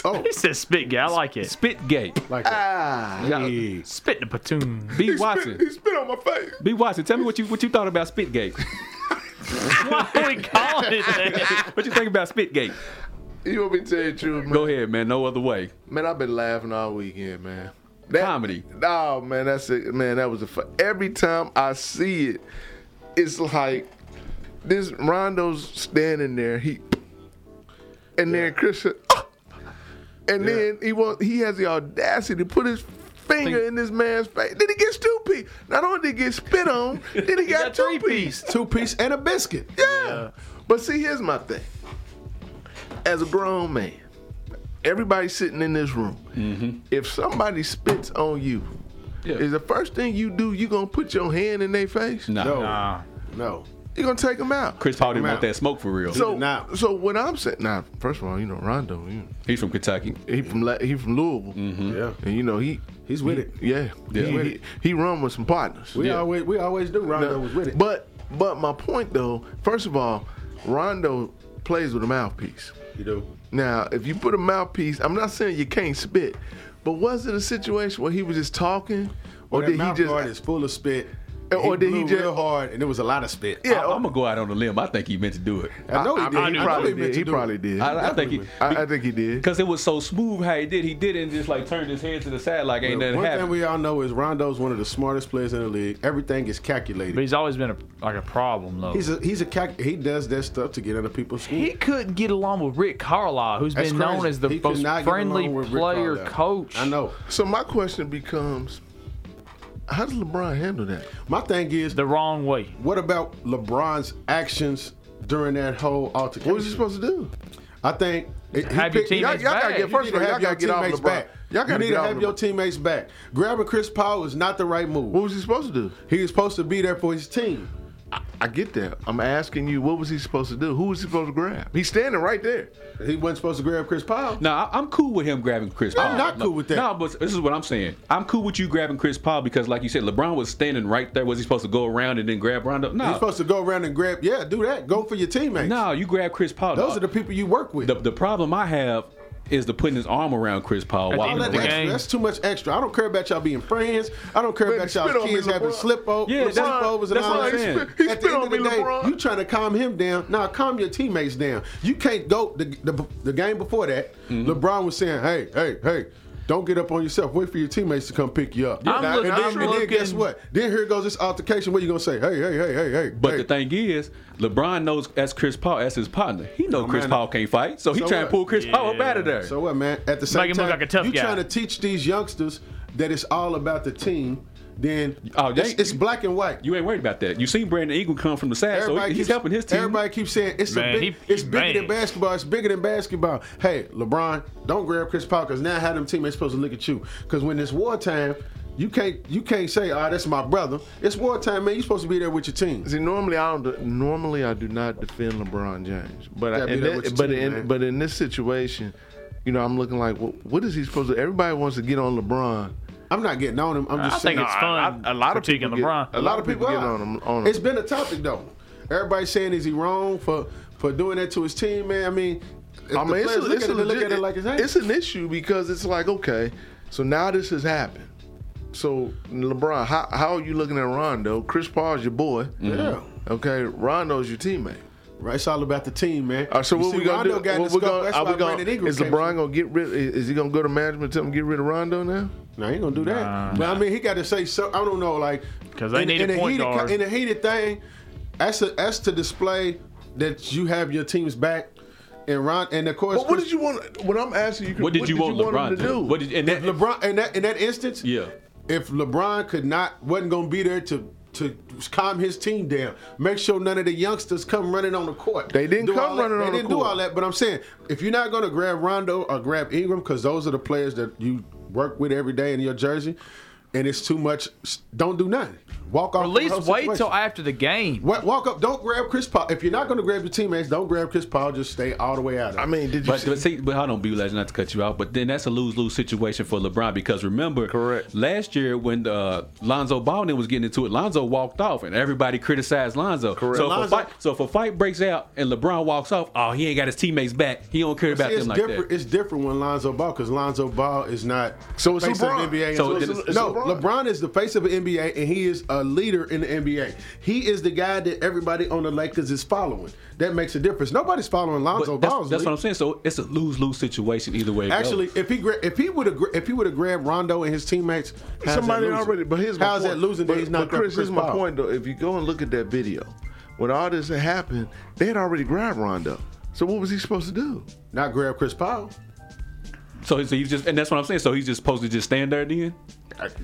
Speaker 4: Oh,
Speaker 3: He said spit guy. I like it.
Speaker 1: spit gate.
Speaker 2: Like that.
Speaker 4: ah.
Speaker 2: Hey.
Speaker 3: Spit in a platoon.
Speaker 1: B Watson,
Speaker 4: He spit on my face.
Speaker 1: B Watson, tell me what you what you thought about Spitgate.
Speaker 3: [laughs] Why are we calling it
Speaker 2: [laughs]
Speaker 3: that?
Speaker 1: What you think about Spitgate?
Speaker 4: You want me to tell you the truth, man?
Speaker 1: Go ahead, man. No other way.
Speaker 4: Man, I've been laughing all weekend, man. That,
Speaker 1: Comedy.
Speaker 4: Oh man, that's it. Man, that was a. Fu- Every time I see it, it's like this Rondo's standing there. He and then Christian, and then he wants. He has the audacity to put his finger
Speaker 1: Think-
Speaker 4: in this man's face. Then he gets two piece. Not only did he get spit on, then he got, two piece.
Speaker 2: Two piece and a biscuit.
Speaker 4: Yeah. But see, here's my thing. As a grown man, everybody sitting in this room, if somebody spits on you,
Speaker 1: Yeah.
Speaker 4: is the first thing you do, you gonna put your hand in their face?
Speaker 1: Nah.
Speaker 2: No.
Speaker 3: Nah.
Speaker 2: No.
Speaker 4: you gonna take them out.
Speaker 1: Chris Paul didn't
Speaker 2: Come
Speaker 1: want
Speaker 2: out.
Speaker 1: that smoke for real.
Speaker 4: So,
Speaker 2: Now-
Speaker 4: so what I'm saying, now, first of all, you know Rondo, you
Speaker 1: He's from Kentucky.
Speaker 4: he from La- he from Louisville,
Speaker 2: Yeah.
Speaker 4: and you know he
Speaker 2: He's with it.
Speaker 4: yeah,
Speaker 1: Mm-hmm. Yeah.
Speaker 4: He, he, he run with some partners.
Speaker 2: We always we always do. Rondo was with it.
Speaker 4: But but my point though, first of all, Rondo plays with a mouthpiece.
Speaker 2: you do.
Speaker 4: Now, if you put a mouthpiece, I'm not saying you can't spit, but was it a situation where he was just talking, or
Speaker 2: Or that
Speaker 4: did he
Speaker 2: mouth guard is
Speaker 4: just?
Speaker 2: full of spit.
Speaker 4: And- or
Speaker 2: he
Speaker 4: did he
Speaker 2: blew
Speaker 4: just-
Speaker 2: real hard and there was a lot of spit.
Speaker 4: Yeah,
Speaker 1: I, am gonna go out on a limb. I think he meant to do it.
Speaker 2: I know he did.
Speaker 4: mean,
Speaker 2: I know
Speaker 4: probably
Speaker 2: meant
Speaker 4: did.
Speaker 2: to
Speaker 4: He
Speaker 2: do
Speaker 4: probably
Speaker 2: it.
Speaker 4: did.
Speaker 1: I, I think he.
Speaker 4: I, I think he did.
Speaker 1: Because it was so smooth how he did. He did it and just like turned his head to the side like ain't nothing
Speaker 2: One thing
Speaker 1: happened.
Speaker 2: we all know is Rondo's one of the smartest players in the league. Everything is
Speaker 3: But
Speaker 2: calculated.
Speaker 3: he's always been a, like a problem though.
Speaker 2: He's a he's a calc- he does that stuff to get into people's school.
Speaker 3: he couldn't get along with Rick Carlisle, who's
Speaker 2: That's
Speaker 3: been known
Speaker 2: crazy.
Speaker 3: as the
Speaker 2: He could
Speaker 3: most
Speaker 2: not get
Speaker 3: friendly
Speaker 2: along with Rick
Speaker 3: player
Speaker 2: Carlisle.
Speaker 3: coach.
Speaker 2: I know.
Speaker 4: So my question becomes, how does LeBron handle that?
Speaker 2: My thing is,
Speaker 3: The wrong way.
Speaker 2: what about LeBron's actions during that whole altercation?
Speaker 4: What was he supposed to do?
Speaker 2: I think it- he
Speaker 3: Have your
Speaker 2: picked-
Speaker 4: Y'all,
Speaker 3: teammates
Speaker 4: y'all gotta
Speaker 3: back.
Speaker 4: get
Speaker 2: You
Speaker 4: first
Speaker 2: need to
Speaker 4: of all, y'all
Speaker 2: have your
Speaker 4: gotta get off
Speaker 2: teammates
Speaker 4: LeBron.
Speaker 2: back.
Speaker 4: Y'all gotta
Speaker 2: You need
Speaker 4: get
Speaker 2: to
Speaker 4: off
Speaker 2: have your
Speaker 4: LeBron.
Speaker 2: teammates back. Grabbing Chris Paul is not the right move.
Speaker 4: What was he supposed to do?
Speaker 2: He was supposed to be there for his team.
Speaker 4: I get that. I'm asking you, what was he supposed to do? Who was he supposed to grab? He's standing right there.
Speaker 2: He wasn't supposed to grab Chris Paul.
Speaker 1: No, I- I'm cool with him grabbing Chris Paul.
Speaker 2: I'm not
Speaker 1: No.
Speaker 2: cool with that.
Speaker 1: No, but this is what I'm saying. I'm cool with you grabbing Chris Paul because, like you said, LeBron was standing right there. Was he supposed to go around and then grab Rondo? No,
Speaker 2: He's supposed to go around and grab. Yeah, do that. Go for your teammates.
Speaker 1: no, you grab Chris Paul.
Speaker 2: Those are the people you work with.
Speaker 1: The, the problem I have is the putting his arm around Chris Paul.
Speaker 3: At
Speaker 1: while
Speaker 3: the
Speaker 1: he
Speaker 3: end of
Speaker 2: All
Speaker 3: the
Speaker 1: playing.
Speaker 2: that extra,
Speaker 3: game.
Speaker 2: that's too much extra. I don't care about y'all being friends. I don't care
Speaker 4: Man,
Speaker 2: about
Speaker 4: spit
Speaker 2: y'all
Speaker 4: on me,
Speaker 2: kids having
Speaker 4: LeBron.
Speaker 2: slip, o-
Speaker 1: Yeah,
Speaker 2: slip
Speaker 1: that's-
Speaker 2: overs and
Speaker 1: that's
Speaker 2: all
Speaker 1: what
Speaker 2: that.
Speaker 1: I'm saying.
Speaker 2: shit.
Speaker 4: He
Speaker 2: At
Speaker 4: spit
Speaker 2: the end
Speaker 4: on
Speaker 2: of the
Speaker 4: me,
Speaker 2: day,
Speaker 4: LeBron.
Speaker 2: you trying to calm him down. Now calm your teammates down. You can't go the, the, the game before that.
Speaker 1: Mm-hmm.
Speaker 2: LeBron was saying, "Hey, hey, hey." Don't get up on yourself. Wait for your teammates to come pick you up.
Speaker 3: I'm
Speaker 2: and,
Speaker 3: looking-
Speaker 2: then,
Speaker 3: I'm
Speaker 2: and then guess
Speaker 3: looking-
Speaker 2: what? Then here goes this altercation. What you gonna say? Hey, hey, hey, hey, hey.
Speaker 1: But
Speaker 2: hey.
Speaker 1: the thing is, LeBron knows as Chris Paul, as his partner, he know Chris
Speaker 2: Oh, man,
Speaker 1: Paul can't fight, so he
Speaker 2: so
Speaker 1: trying to
Speaker 2: what?
Speaker 1: pull Chris Paul up out of there.
Speaker 2: So what, man? At the same
Speaker 3: Make him
Speaker 2: time,
Speaker 3: look like a tough
Speaker 2: you
Speaker 3: guy.
Speaker 2: trying to teach these youngsters that it's all about the team. Then
Speaker 1: Oh, they-
Speaker 2: it's, it's black and white.
Speaker 1: you ain't worried about that. You seen Brandon Ingram come from the side, so he- he's
Speaker 2: keeps,
Speaker 1: helping his team.
Speaker 2: Everybody keeps saying it's
Speaker 3: Man,
Speaker 2: a big,
Speaker 3: he-
Speaker 2: it's
Speaker 3: he
Speaker 2: bigger than
Speaker 3: bad.
Speaker 2: basketball. It's bigger than basketball. Hey, LeBron, don't grab Chris Paul because now how them teammates supposed to look at you? Because when it's wartime, you can't you can't say, "Ah, that's my brother." It's wartime, man. You supposed to be there with your team.
Speaker 4: See, normally I don't. do- Normally I do not defend LeBron James, but I,
Speaker 2: Gotta be
Speaker 4: in
Speaker 2: there
Speaker 4: thi-
Speaker 2: with your
Speaker 4: but
Speaker 2: team, man.
Speaker 4: in but in this situation, you know, I'm looking like, well, what is he supposed to? Everybody wants to get on LeBron.
Speaker 2: I'm not getting on him. I'm
Speaker 3: I
Speaker 2: just saying.
Speaker 3: think it's fun.
Speaker 4: I- a lot of
Speaker 3: critiquing
Speaker 4: people get-
Speaker 3: LeBron.
Speaker 4: a lot of people get
Speaker 2: are.
Speaker 4: on him- on him.
Speaker 2: It's been a topic though. Everybody saying is he wrong for for doing that to his team, man. I mean, if
Speaker 4: I
Speaker 2: the
Speaker 4: mean, it's,
Speaker 2: players
Speaker 4: a,
Speaker 2: look
Speaker 4: it's,
Speaker 2: at
Speaker 4: a
Speaker 2: it, they look
Speaker 4: legit-
Speaker 2: at it like it's,
Speaker 4: it's an issue because it's like, okay, so now this has happened. So LeBron, how, how are you looking at Rondo? Chris Paul's your boy.
Speaker 2: yeah.
Speaker 4: Okay, Rondo's your teammate.
Speaker 2: Right, it's all about the team, man.
Speaker 4: All right, so
Speaker 2: You
Speaker 4: what
Speaker 2: see,
Speaker 4: we gonna
Speaker 2: Rondo
Speaker 4: do?
Speaker 2: got in
Speaker 4: What
Speaker 2: the
Speaker 4: we
Speaker 2: scope.
Speaker 4: gonna,
Speaker 2: That's
Speaker 4: are
Speaker 2: why
Speaker 4: we gonna,
Speaker 2: Brandon Ingram
Speaker 4: is
Speaker 2: came
Speaker 4: LeBron gonna get rid? Is, is he gonna go to management and tell him to get rid of Rondo now?
Speaker 2: No, he ain't gonna do that. But I mean, he got to say so. I don't know, like
Speaker 3: 'Cause they
Speaker 2: in-
Speaker 3: need a
Speaker 2: in
Speaker 3: point
Speaker 2: heated,
Speaker 3: guard.
Speaker 2: In a heated thing, that's a, that's to display that you have your team's back. And Ron, and of course,
Speaker 4: But what did you want? What I'm asking you,
Speaker 1: What did you want LeBron
Speaker 4: him to do?
Speaker 1: What did and that,
Speaker 2: LeBron in that in that instance?
Speaker 1: Yeah.
Speaker 2: If LeBron could not wasn't gonna be there to to calm his team down, make sure none of the youngsters come running on the court.
Speaker 4: They didn't
Speaker 2: Do
Speaker 4: come
Speaker 2: all that-
Speaker 4: running on
Speaker 2: They
Speaker 4: the
Speaker 2: didn't do
Speaker 4: court.
Speaker 2: all that, but I'm saying if you're not gonna grab Rondo or grab Ingram, because those are the players that you work with every day in your jersey, and it's too much. s- Don't do nothing. Walk off.
Speaker 3: At
Speaker 2: the
Speaker 3: least
Speaker 2: whole
Speaker 3: wait
Speaker 2: situation.
Speaker 3: till after the game.
Speaker 2: Wa- Walk up. Don't grab Chris Paul. If you're not going to grab your teammates, don't grab Chris Paul. Just stay all the way out of it.
Speaker 4: I mean, did you?
Speaker 1: But, but see, but hold on, B. Legend, not to cut you out. But then that's a lose lose situation for LeBron because remember,
Speaker 4: Correct.
Speaker 1: Last year when uh, Lonzo Ball then was getting into it, Lonzo walked off, and everybody criticized Lonzo. Correct. So if,
Speaker 2: Lonzo-
Speaker 1: a fight, so if a fight breaks out and LeBron walks off, oh, he ain't got his teammates back. He don't care about
Speaker 2: See, it's
Speaker 1: them like
Speaker 2: different.
Speaker 1: that.
Speaker 2: It's different when Lonzo Ball because Lonzo Ball is not
Speaker 4: So it's
Speaker 2: face of
Speaker 4: LeBron.
Speaker 2: the NBA.
Speaker 1: So
Speaker 2: and
Speaker 1: then it's-
Speaker 2: no,
Speaker 4: it's LeBron.
Speaker 2: LeBron. is the face of the NBA and he is a leader in the NBA. He is the guy that everybody on the Lakers is following. That makes a difference. Nobody's following
Speaker 1: But
Speaker 2: Lonzo
Speaker 1: that's,
Speaker 2: Ball's
Speaker 1: that's what I'm
Speaker 2: lead.
Speaker 1: saying. So it's a lose lose situation either way. it
Speaker 2: Actually,
Speaker 1: goes.
Speaker 2: if he gra- if he would have if he would have grabbed Rondo and his teammates, how's
Speaker 4: somebody
Speaker 2: that losing?
Speaker 4: already. But here's my
Speaker 2: how's
Speaker 4: point.
Speaker 2: that losing?
Speaker 4: But,
Speaker 2: that he's not
Speaker 4: but Chris,
Speaker 2: Chris
Speaker 4: here's my
Speaker 2: Paul?
Speaker 4: point though. If you go and look at that video, when all this had happened, they had already grabbed Rondo. So what was he supposed to do?
Speaker 2: Not grab Chris Paul.
Speaker 1: so, so he's just, and that's what I'm saying. So he's just supposed to just stand there then.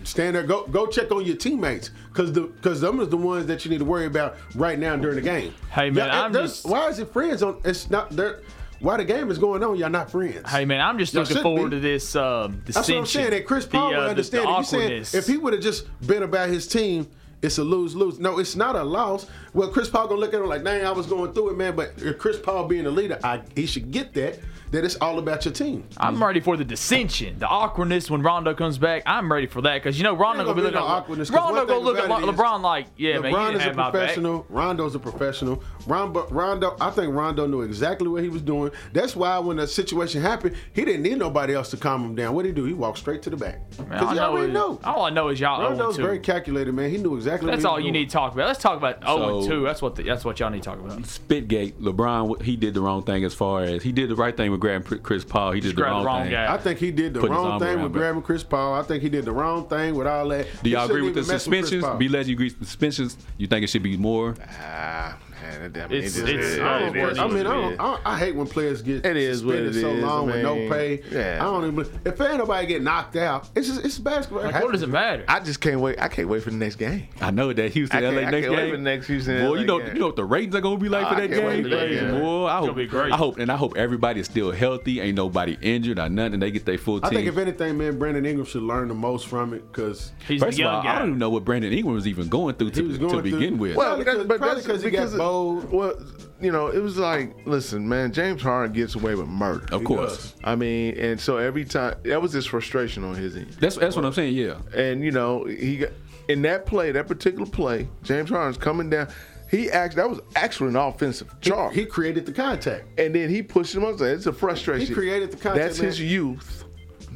Speaker 2: Stand there. Go go check on your teammates because the because them is the ones that you need to worry about right now during the game.
Speaker 3: Hey, man,
Speaker 2: Y'all-
Speaker 3: I'm
Speaker 2: there's-
Speaker 3: just-
Speaker 2: why is it friends on? It's not there. Why the game is going on? Y'all not friends.
Speaker 3: Hey man, I'm just
Speaker 2: Y'all
Speaker 3: looking
Speaker 2: should
Speaker 3: forward
Speaker 2: be.
Speaker 3: to this. Um,
Speaker 2: That's what I'm saying. That Chris
Speaker 3: uh,
Speaker 2: Paul would understand. it. You saying if he would have just been about his team, it's a lose lose. No, it's not a loss. Well, Chris Paul gonna look at him like, dang, I was going through it, man. But if Chris Paul being a leader, I, he should get that. That it's all about your team.
Speaker 3: I'm ready for the dissension, the awkwardness when Rondo comes back. I'm ready for that because you know Rondo
Speaker 2: There ain't gonna
Speaker 3: gonna be looking.
Speaker 2: be no awkwardness,
Speaker 3: at
Speaker 2: 'cause
Speaker 3: Rondo
Speaker 2: one
Speaker 3: gonna
Speaker 2: thing
Speaker 3: look at
Speaker 2: about it
Speaker 3: Mo-
Speaker 2: is,
Speaker 3: LeBron like, yeah, man, you
Speaker 2: LeBron
Speaker 3: didn't
Speaker 2: is a
Speaker 3: have my back.
Speaker 2: professional. Rondo's a professional. Rondo, Rondo, I think Rondo knew exactly what he was doing. That's why when the situation happened, he didn't need nobody else to calm him down. What did he do? He walked straight to the back.
Speaker 3: Man, I
Speaker 2: Because he
Speaker 3: know
Speaker 2: already
Speaker 3: it-
Speaker 2: know.
Speaker 3: All I know is y'all own
Speaker 2: Rondo's very
Speaker 3: two.
Speaker 2: calculated, man. He knew exactly what he
Speaker 3: That's
Speaker 2: was
Speaker 3: all you
Speaker 2: doing.
Speaker 3: need to talk about. Let's talk about zero
Speaker 1: So-
Speaker 3: and two. That's what the, that's what y'all need to talk about.
Speaker 1: Spitgate, LeBron, he did the wrong thing as far as he did the right thing with grabbing Chris Paul. He did the
Speaker 3: grabbed
Speaker 1: wrong,
Speaker 3: the wrong
Speaker 1: thing.
Speaker 3: guy.
Speaker 2: I think he did the
Speaker 1: Put his
Speaker 2: wrong
Speaker 1: arm
Speaker 2: thing
Speaker 1: around
Speaker 2: with
Speaker 1: him.
Speaker 2: grabbing Chris Paul. I think he did the wrong thing with all that.
Speaker 1: Do y'all
Speaker 2: He
Speaker 1: agree with
Speaker 2: shouldn't
Speaker 1: the
Speaker 2: even mess Chris
Speaker 1: suspensions?
Speaker 2: Paul.
Speaker 1: Be led you agree with suspensions. You think it should be more?
Speaker 4: Ah, man, that, I mean,
Speaker 3: It's-
Speaker 4: it just-
Speaker 3: it's-
Speaker 4: it-
Speaker 2: I,
Speaker 3: it
Speaker 2: don't
Speaker 4: it
Speaker 3: is
Speaker 2: I
Speaker 3: what
Speaker 2: mean, I,
Speaker 4: it
Speaker 2: don't,
Speaker 4: is.
Speaker 2: I, I hate when players get
Speaker 4: It is what
Speaker 2: suspended
Speaker 4: it
Speaker 2: so
Speaker 4: is,
Speaker 2: long with no
Speaker 4: man.
Speaker 2: pay.
Speaker 4: Yeah.
Speaker 2: I don't even. If ain't nobody get knocked out, it's just it's basketball.
Speaker 3: Like, what does it matter?
Speaker 4: I just can't wait. I can't wait for the next game.
Speaker 1: I know that Houston
Speaker 4: I can't-
Speaker 1: LA
Speaker 4: I
Speaker 1: next
Speaker 4: can't wait
Speaker 1: game.
Speaker 4: for the next Houston
Speaker 1: boy,
Speaker 4: LA
Speaker 1: you know
Speaker 4: game.
Speaker 1: you know what the ratings are gonna be like
Speaker 4: Oh,
Speaker 1: for
Speaker 4: I
Speaker 1: that
Speaker 4: can't wait
Speaker 1: game.
Speaker 4: for that game.
Speaker 1: Boy, I hope,
Speaker 3: be great.
Speaker 1: I hope and I hope everybody's still healthy. Ain't nobody injured or nothing. They get their full team.
Speaker 2: I think if anything, man, Brandon Ingram should learn the most from it because
Speaker 3: He's
Speaker 1: First
Speaker 3: the
Speaker 1: of
Speaker 3: young
Speaker 1: all,
Speaker 3: guy.
Speaker 1: I don't even know what Brandon Ingram was even going through
Speaker 2: He
Speaker 1: to,
Speaker 2: was going
Speaker 1: to begin
Speaker 2: through-
Speaker 1: with.
Speaker 2: Well, because-
Speaker 4: but
Speaker 2: probably 'cause he got
Speaker 4: of-
Speaker 2: bold.
Speaker 4: Well, you know, it was like, listen, man, James Harden gets away with murder.
Speaker 1: of course,
Speaker 4: I mean, and so every time that was his frustration on his end.
Speaker 1: that's that's what I'm saying. Yeah,
Speaker 4: and you know he got in that play, that particular play, James Harden's coming down. He actually that was actually an offensive charge,
Speaker 2: he created the contact.
Speaker 4: and then he pushed him up. So It's a frustration.
Speaker 2: He created the contact,
Speaker 4: That's his
Speaker 2: man.
Speaker 4: youth.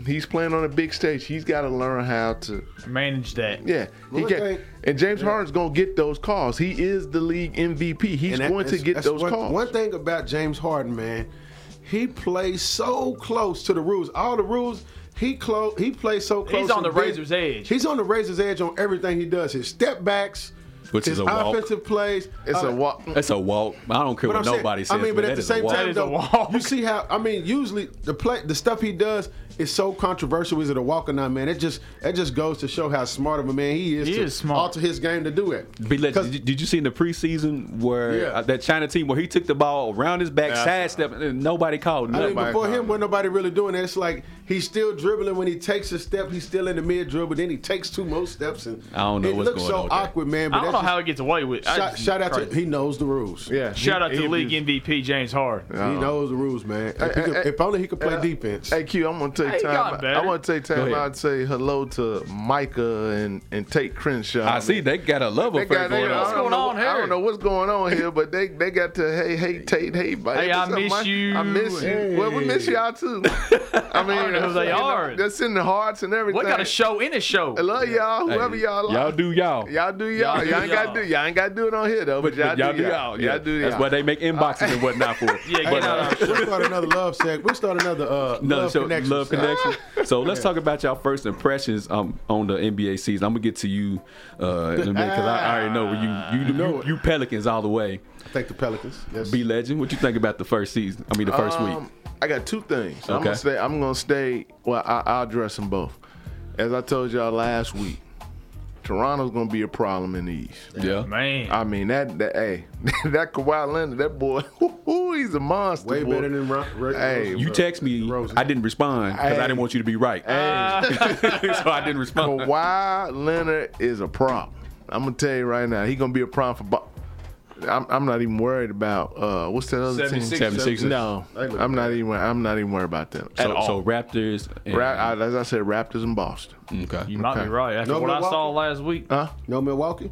Speaker 4: He's playing on a big stage. He's got to learn how to.
Speaker 3: Manage that.
Speaker 4: Yeah, he
Speaker 2: One
Speaker 4: can.
Speaker 2: thing-
Speaker 4: And James Harden's gonna get those calls. He is the league MVP. He's
Speaker 2: And that-
Speaker 4: going to
Speaker 2: that's-
Speaker 4: get
Speaker 2: that's
Speaker 4: those
Speaker 2: one,
Speaker 4: calls.
Speaker 2: One thing about James Harden, man, he plays so close to the rules. All the rules, he close, he plays so close.
Speaker 3: on the
Speaker 2: and big.
Speaker 3: razor's edge.
Speaker 2: He's on the razor's edge on everything he does. His step backs,
Speaker 1: Which
Speaker 2: his
Speaker 1: is a walk.
Speaker 2: offensive plays.
Speaker 4: It's a
Speaker 2: uh,
Speaker 4: walk.
Speaker 1: that's a walk. I don't care
Speaker 2: But
Speaker 1: what
Speaker 2: I'm
Speaker 1: nobody
Speaker 2: saying,
Speaker 1: says.
Speaker 2: I mean,
Speaker 1: man,
Speaker 2: but
Speaker 1: that
Speaker 2: at the
Speaker 1: is a
Speaker 2: same
Speaker 1: walk.
Speaker 3: That
Speaker 2: time,
Speaker 3: is a
Speaker 2: though,
Speaker 3: walk.
Speaker 2: you see how I mean. Usually, the play, the stuff he does is so controversial. Is it a walk or not, man? It just that just goes to show how smart of a man he is.
Speaker 3: He
Speaker 2: to
Speaker 3: is smart.
Speaker 2: Alter his game to do it.
Speaker 1: Be let,
Speaker 2: 'Cause-
Speaker 1: did, you, did you see in the preseason where
Speaker 2: Yeah.
Speaker 1: uh, that China team where he took the ball around his back, sidestep, and nobody called?
Speaker 2: I mean,
Speaker 1: nobody.
Speaker 2: before him,
Speaker 4: called.
Speaker 2: when nobody really doing that, it's like he's still dribbling. When he takes a step, he's still in the mid dribble. Then he takes two more steps, and
Speaker 1: I don't know
Speaker 2: it
Speaker 1: what's
Speaker 2: looks
Speaker 1: going
Speaker 2: so
Speaker 1: on with that.
Speaker 2: awkward, man. But
Speaker 3: I don't
Speaker 2: that's
Speaker 3: know know how he gets away with. I
Speaker 2: Shout,
Speaker 3: just-
Speaker 2: shout out to
Speaker 3: crazy.
Speaker 2: he knows the rules.
Speaker 4: Yeah.
Speaker 3: shout out to
Speaker 4: He- he
Speaker 3: league
Speaker 4: abused-
Speaker 3: MVP James Hard.
Speaker 2: He knows the rules, man. If, he
Speaker 4: Hey,
Speaker 2: could-
Speaker 4: hey,
Speaker 2: if only he could play
Speaker 4: hey,
Speaker 2: defense.
Speaker 4: Hey Q, I'm gonna
Speaker 3: Hey,
Speaker 4: take
Speaker 3: he got
Speaker 4: time.
Speaker 3: better.
Speaker 4: I want to take
Speaker 1: Go
Speaker 4: time.
Speaker 1: ahead.
Speaker 4: out and say hello to Micah and and Tate Crenshaw.
Speaker 1: I see they got a love
Speaker 4: They
Speaker 1: affair
Speaker 4: got, they,
Speaker 1: going
Speaker 4: I
Speaker 1: on.
Speaker 3: What's
Speaker 4: don't
Speaker 3: going
Speaker 4: know-
Speaker 3: on
Speaker 4: I
Speaker 3: here?
Speaker 4: don't know what's going on here, but they, they got to hey hey Tate hey Mike.
Speaker 3: Hey, I
Speaker 4: What's up,
Speaker 3: miss
Speaker 4: Mike?
Speaker 3: you.
Speaker 4: I miss you. Well, we miss
Speaker 3: [laughs]
Speaker 4: y'all too. I mean,
Speaker 3: don't know who they
Speaker 4: [laughs] you know,
Speaker 3: are.
Speaker 4: That's in the hearts and everything.
Speaker 3: What got a show in a show?
Speaker 4: I love y'all. Whoever
Speaker 1: Hey,
Speaker 4: y'all,
Speaker 1: y'all
Speaker 4: like.
Speaker 1: do y'all.
Speaker 4: Y'all do y'all.
Speaker 3: Y'all
Speaker 4: Y'all,
Speaker 3: do
Speaker 4: ain't got to
Speaker 3: y'all.
Speaker 4: do. Y'all ain't got to do it on here though. But, y'all, do y'all. Y'all do y'all.
Speaker 1: That's why they make inboxes and whatnot for
Speaker 4: [laughs]
Speaker 1: it.
Speaker 3: Yeah, get
Speaker 1: But,
Speaker 3: out
Speaker 1: uh,
Speaker 3: of our show.
Speaker 2: We'll start another love sec. We'll start another uh,
Speaker 1: No,
Speaker 2: love
Speaker 1: so
Speaker 2: connection.
Speaker 1: love connection. so
Speaker 4: [laughs]
Speaker 1: let's talk about y'all first impressions um, on the NBA season. I'm gonna get to you uh, in a minute because I, I already know
Speaker 4: Ah.
Speaker 1: you you, you,
Speaker 2: know
Speaker 1: you
Speaker 2: it.
Speaker 1: Pelicans all the way.
Speaker 2: Thank the Pelicans. Yes.
Speaker 1: Be legend. What you think about the first season? I mean, the first week.
Speaker 4: Um, I got two things. I'm
Speaker 1: Okay.
Speaker 4: gonna stay. I'm gonna stay. Well, I, I'll address them both. As I told y'all last week, Toronto's gonna be a problem in the East.
Speaker 1: Yeah.
Speaker 3: Man,
Speaker 4: I mean that that hey [laughs] that Kawhi Leonard that boy [laughs] whoo, he's a monster
Speaker 2: Way
Speaker 4: boy.
Speaker 2: better than Ron. Ray,
Speaker 4: Hey,
Speaker 1: You text me.
Speaker 2: Rosen.
Speaker 1: I didn't respond because I
Speaker 4: Hey.
Speaker 1: didn't want you to be right. [laughs] so I didn't respond.
Speaker 4: [laughs] Kawhi Leonard is a problem. I'm gonna tell you right now he gonna be a problem for. Bo- I'm, I'm not even worried about uh what's that other team
Speaker 1: 76ers.
Speaker 4: no
Speaker 2: They look
Speaker 4: I'm not even I'm not even worried about them at
Speaker 1: so,
Speaker 4: all
Speaker 1: so Raptors. And,
Speaker 4: Ra- I, as I said Raptors in Boston
Speaker 1: okay.
Speaker 3: you might be
Speaker 4: okay.
Speaker 3: right. After
Speaker 2: No
Speaker 3: what I
Speaker 2: Milwaukee?
Speaker 3: saw last week,
Speaker 4: huh
Speaker 2: No Milwaukee.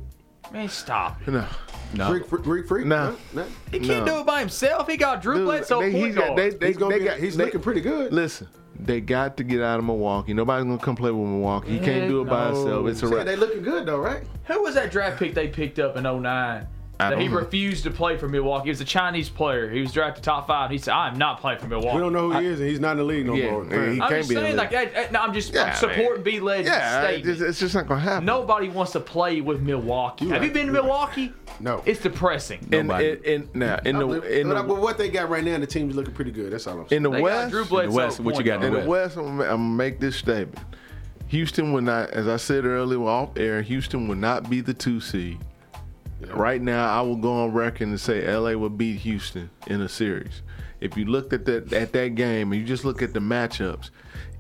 Speaker 3: man, stop. it.
Speaker 4: no
Speaker 1: No.
Speaker 2: Freak, freak, freak, freak.
Speaker 4: Nah.
Speaker 2: No, no.
Speaker 5: He can't
Speaker 4: No.
Speaker 5: do it by himself. He got Drew Bledsoe
Speaker 4: they,
Speaker 5: point
Speaker 4: he's got-
Speaker 5: guard.
Speaker 4: they, they,
Speaker 2: He's gonna
Speaker 4: they
Speaker 2: be.
Speaker 4: got,
Speaker 2: he's
Speaker 4: they-
Speaker 2: looking pretty good.
Speaker 4: Listen, they got to get out of Milwaukee. Nobody's gonna come play with Milwaukee. He can't do it by
Speaker 3: Heck no.
Speaker 4: himself. It's a
Speaker 2: Yeah, they
Speaker 4: wrap.
Speaker 2: looking good though, right?
Speaker 3: Who was that draft pick they picked up in 09?
Speaker 4: I
Speaker 3: That he
Speaker 4: don't know.
Speaker 3: refused to play for Milwaukee. He was a Chinese player. He was drafted top five. He said, "I'm not playing for Milwaukee."
Speaker 2: We don't know who he is, and he's not in the league no
Speaker 4: Yeah,
Speaker 2: more.
Speaker 4: yeah, he-
Speaker 3: I'm
Speaker 4: can't
Speaker 3: just
Speaker 4: be in
Speaker 3: saying,
Speaker 4: the
Speaker 3: like, I, I, no, I'm just
Speaker 4: Yeah,
Speaker 3: I'm supporting
Speaker 4: man.
Speaker 3: B. Legends.
Speaker 4: Yeah, it's
Speaker 3: statement.
Speaker 4: just, it's just not gonna happen.
Speaker 3: Nobody wants to play with Milwaukee.
Speaker 2: You
Speaker 3: Have
Speaker 2: right,
Speaker 3: you been to
Speaker 2: you right.
Speaker 3: Milwaukee?
Speaker 2: No.
Speaker 3: It's depressing.
Speaker 4: in,
Speaker 1: Nobody.
Speaker 4: in, in, now, in the
Speaker 2: but,
Speaker 4: in
Speaker 2: but
Speaker 4: the
Speaker 2: what they got right now, the team's looking pretty good. That's all I'm saying.
Speaker 4: in the
Speaker 3: They got
Speaker 4: West,
Speaker 3: Drew Bledsoe.
Speaker 1: West, what you
Speaker 3: point
Speaker 1: got in
Speaker 3: guard.
Speaker 4: in the
Speaker 1: West.
Speaker 4: West, I'm, gonna ma- I'm gonna make this statement. Houston will not, as I said earlier off air, Houston will not be the two seed. Right now, I will go on record and say LA will beat Houston in a series. If you looked at that at that game and you just look at the matchups,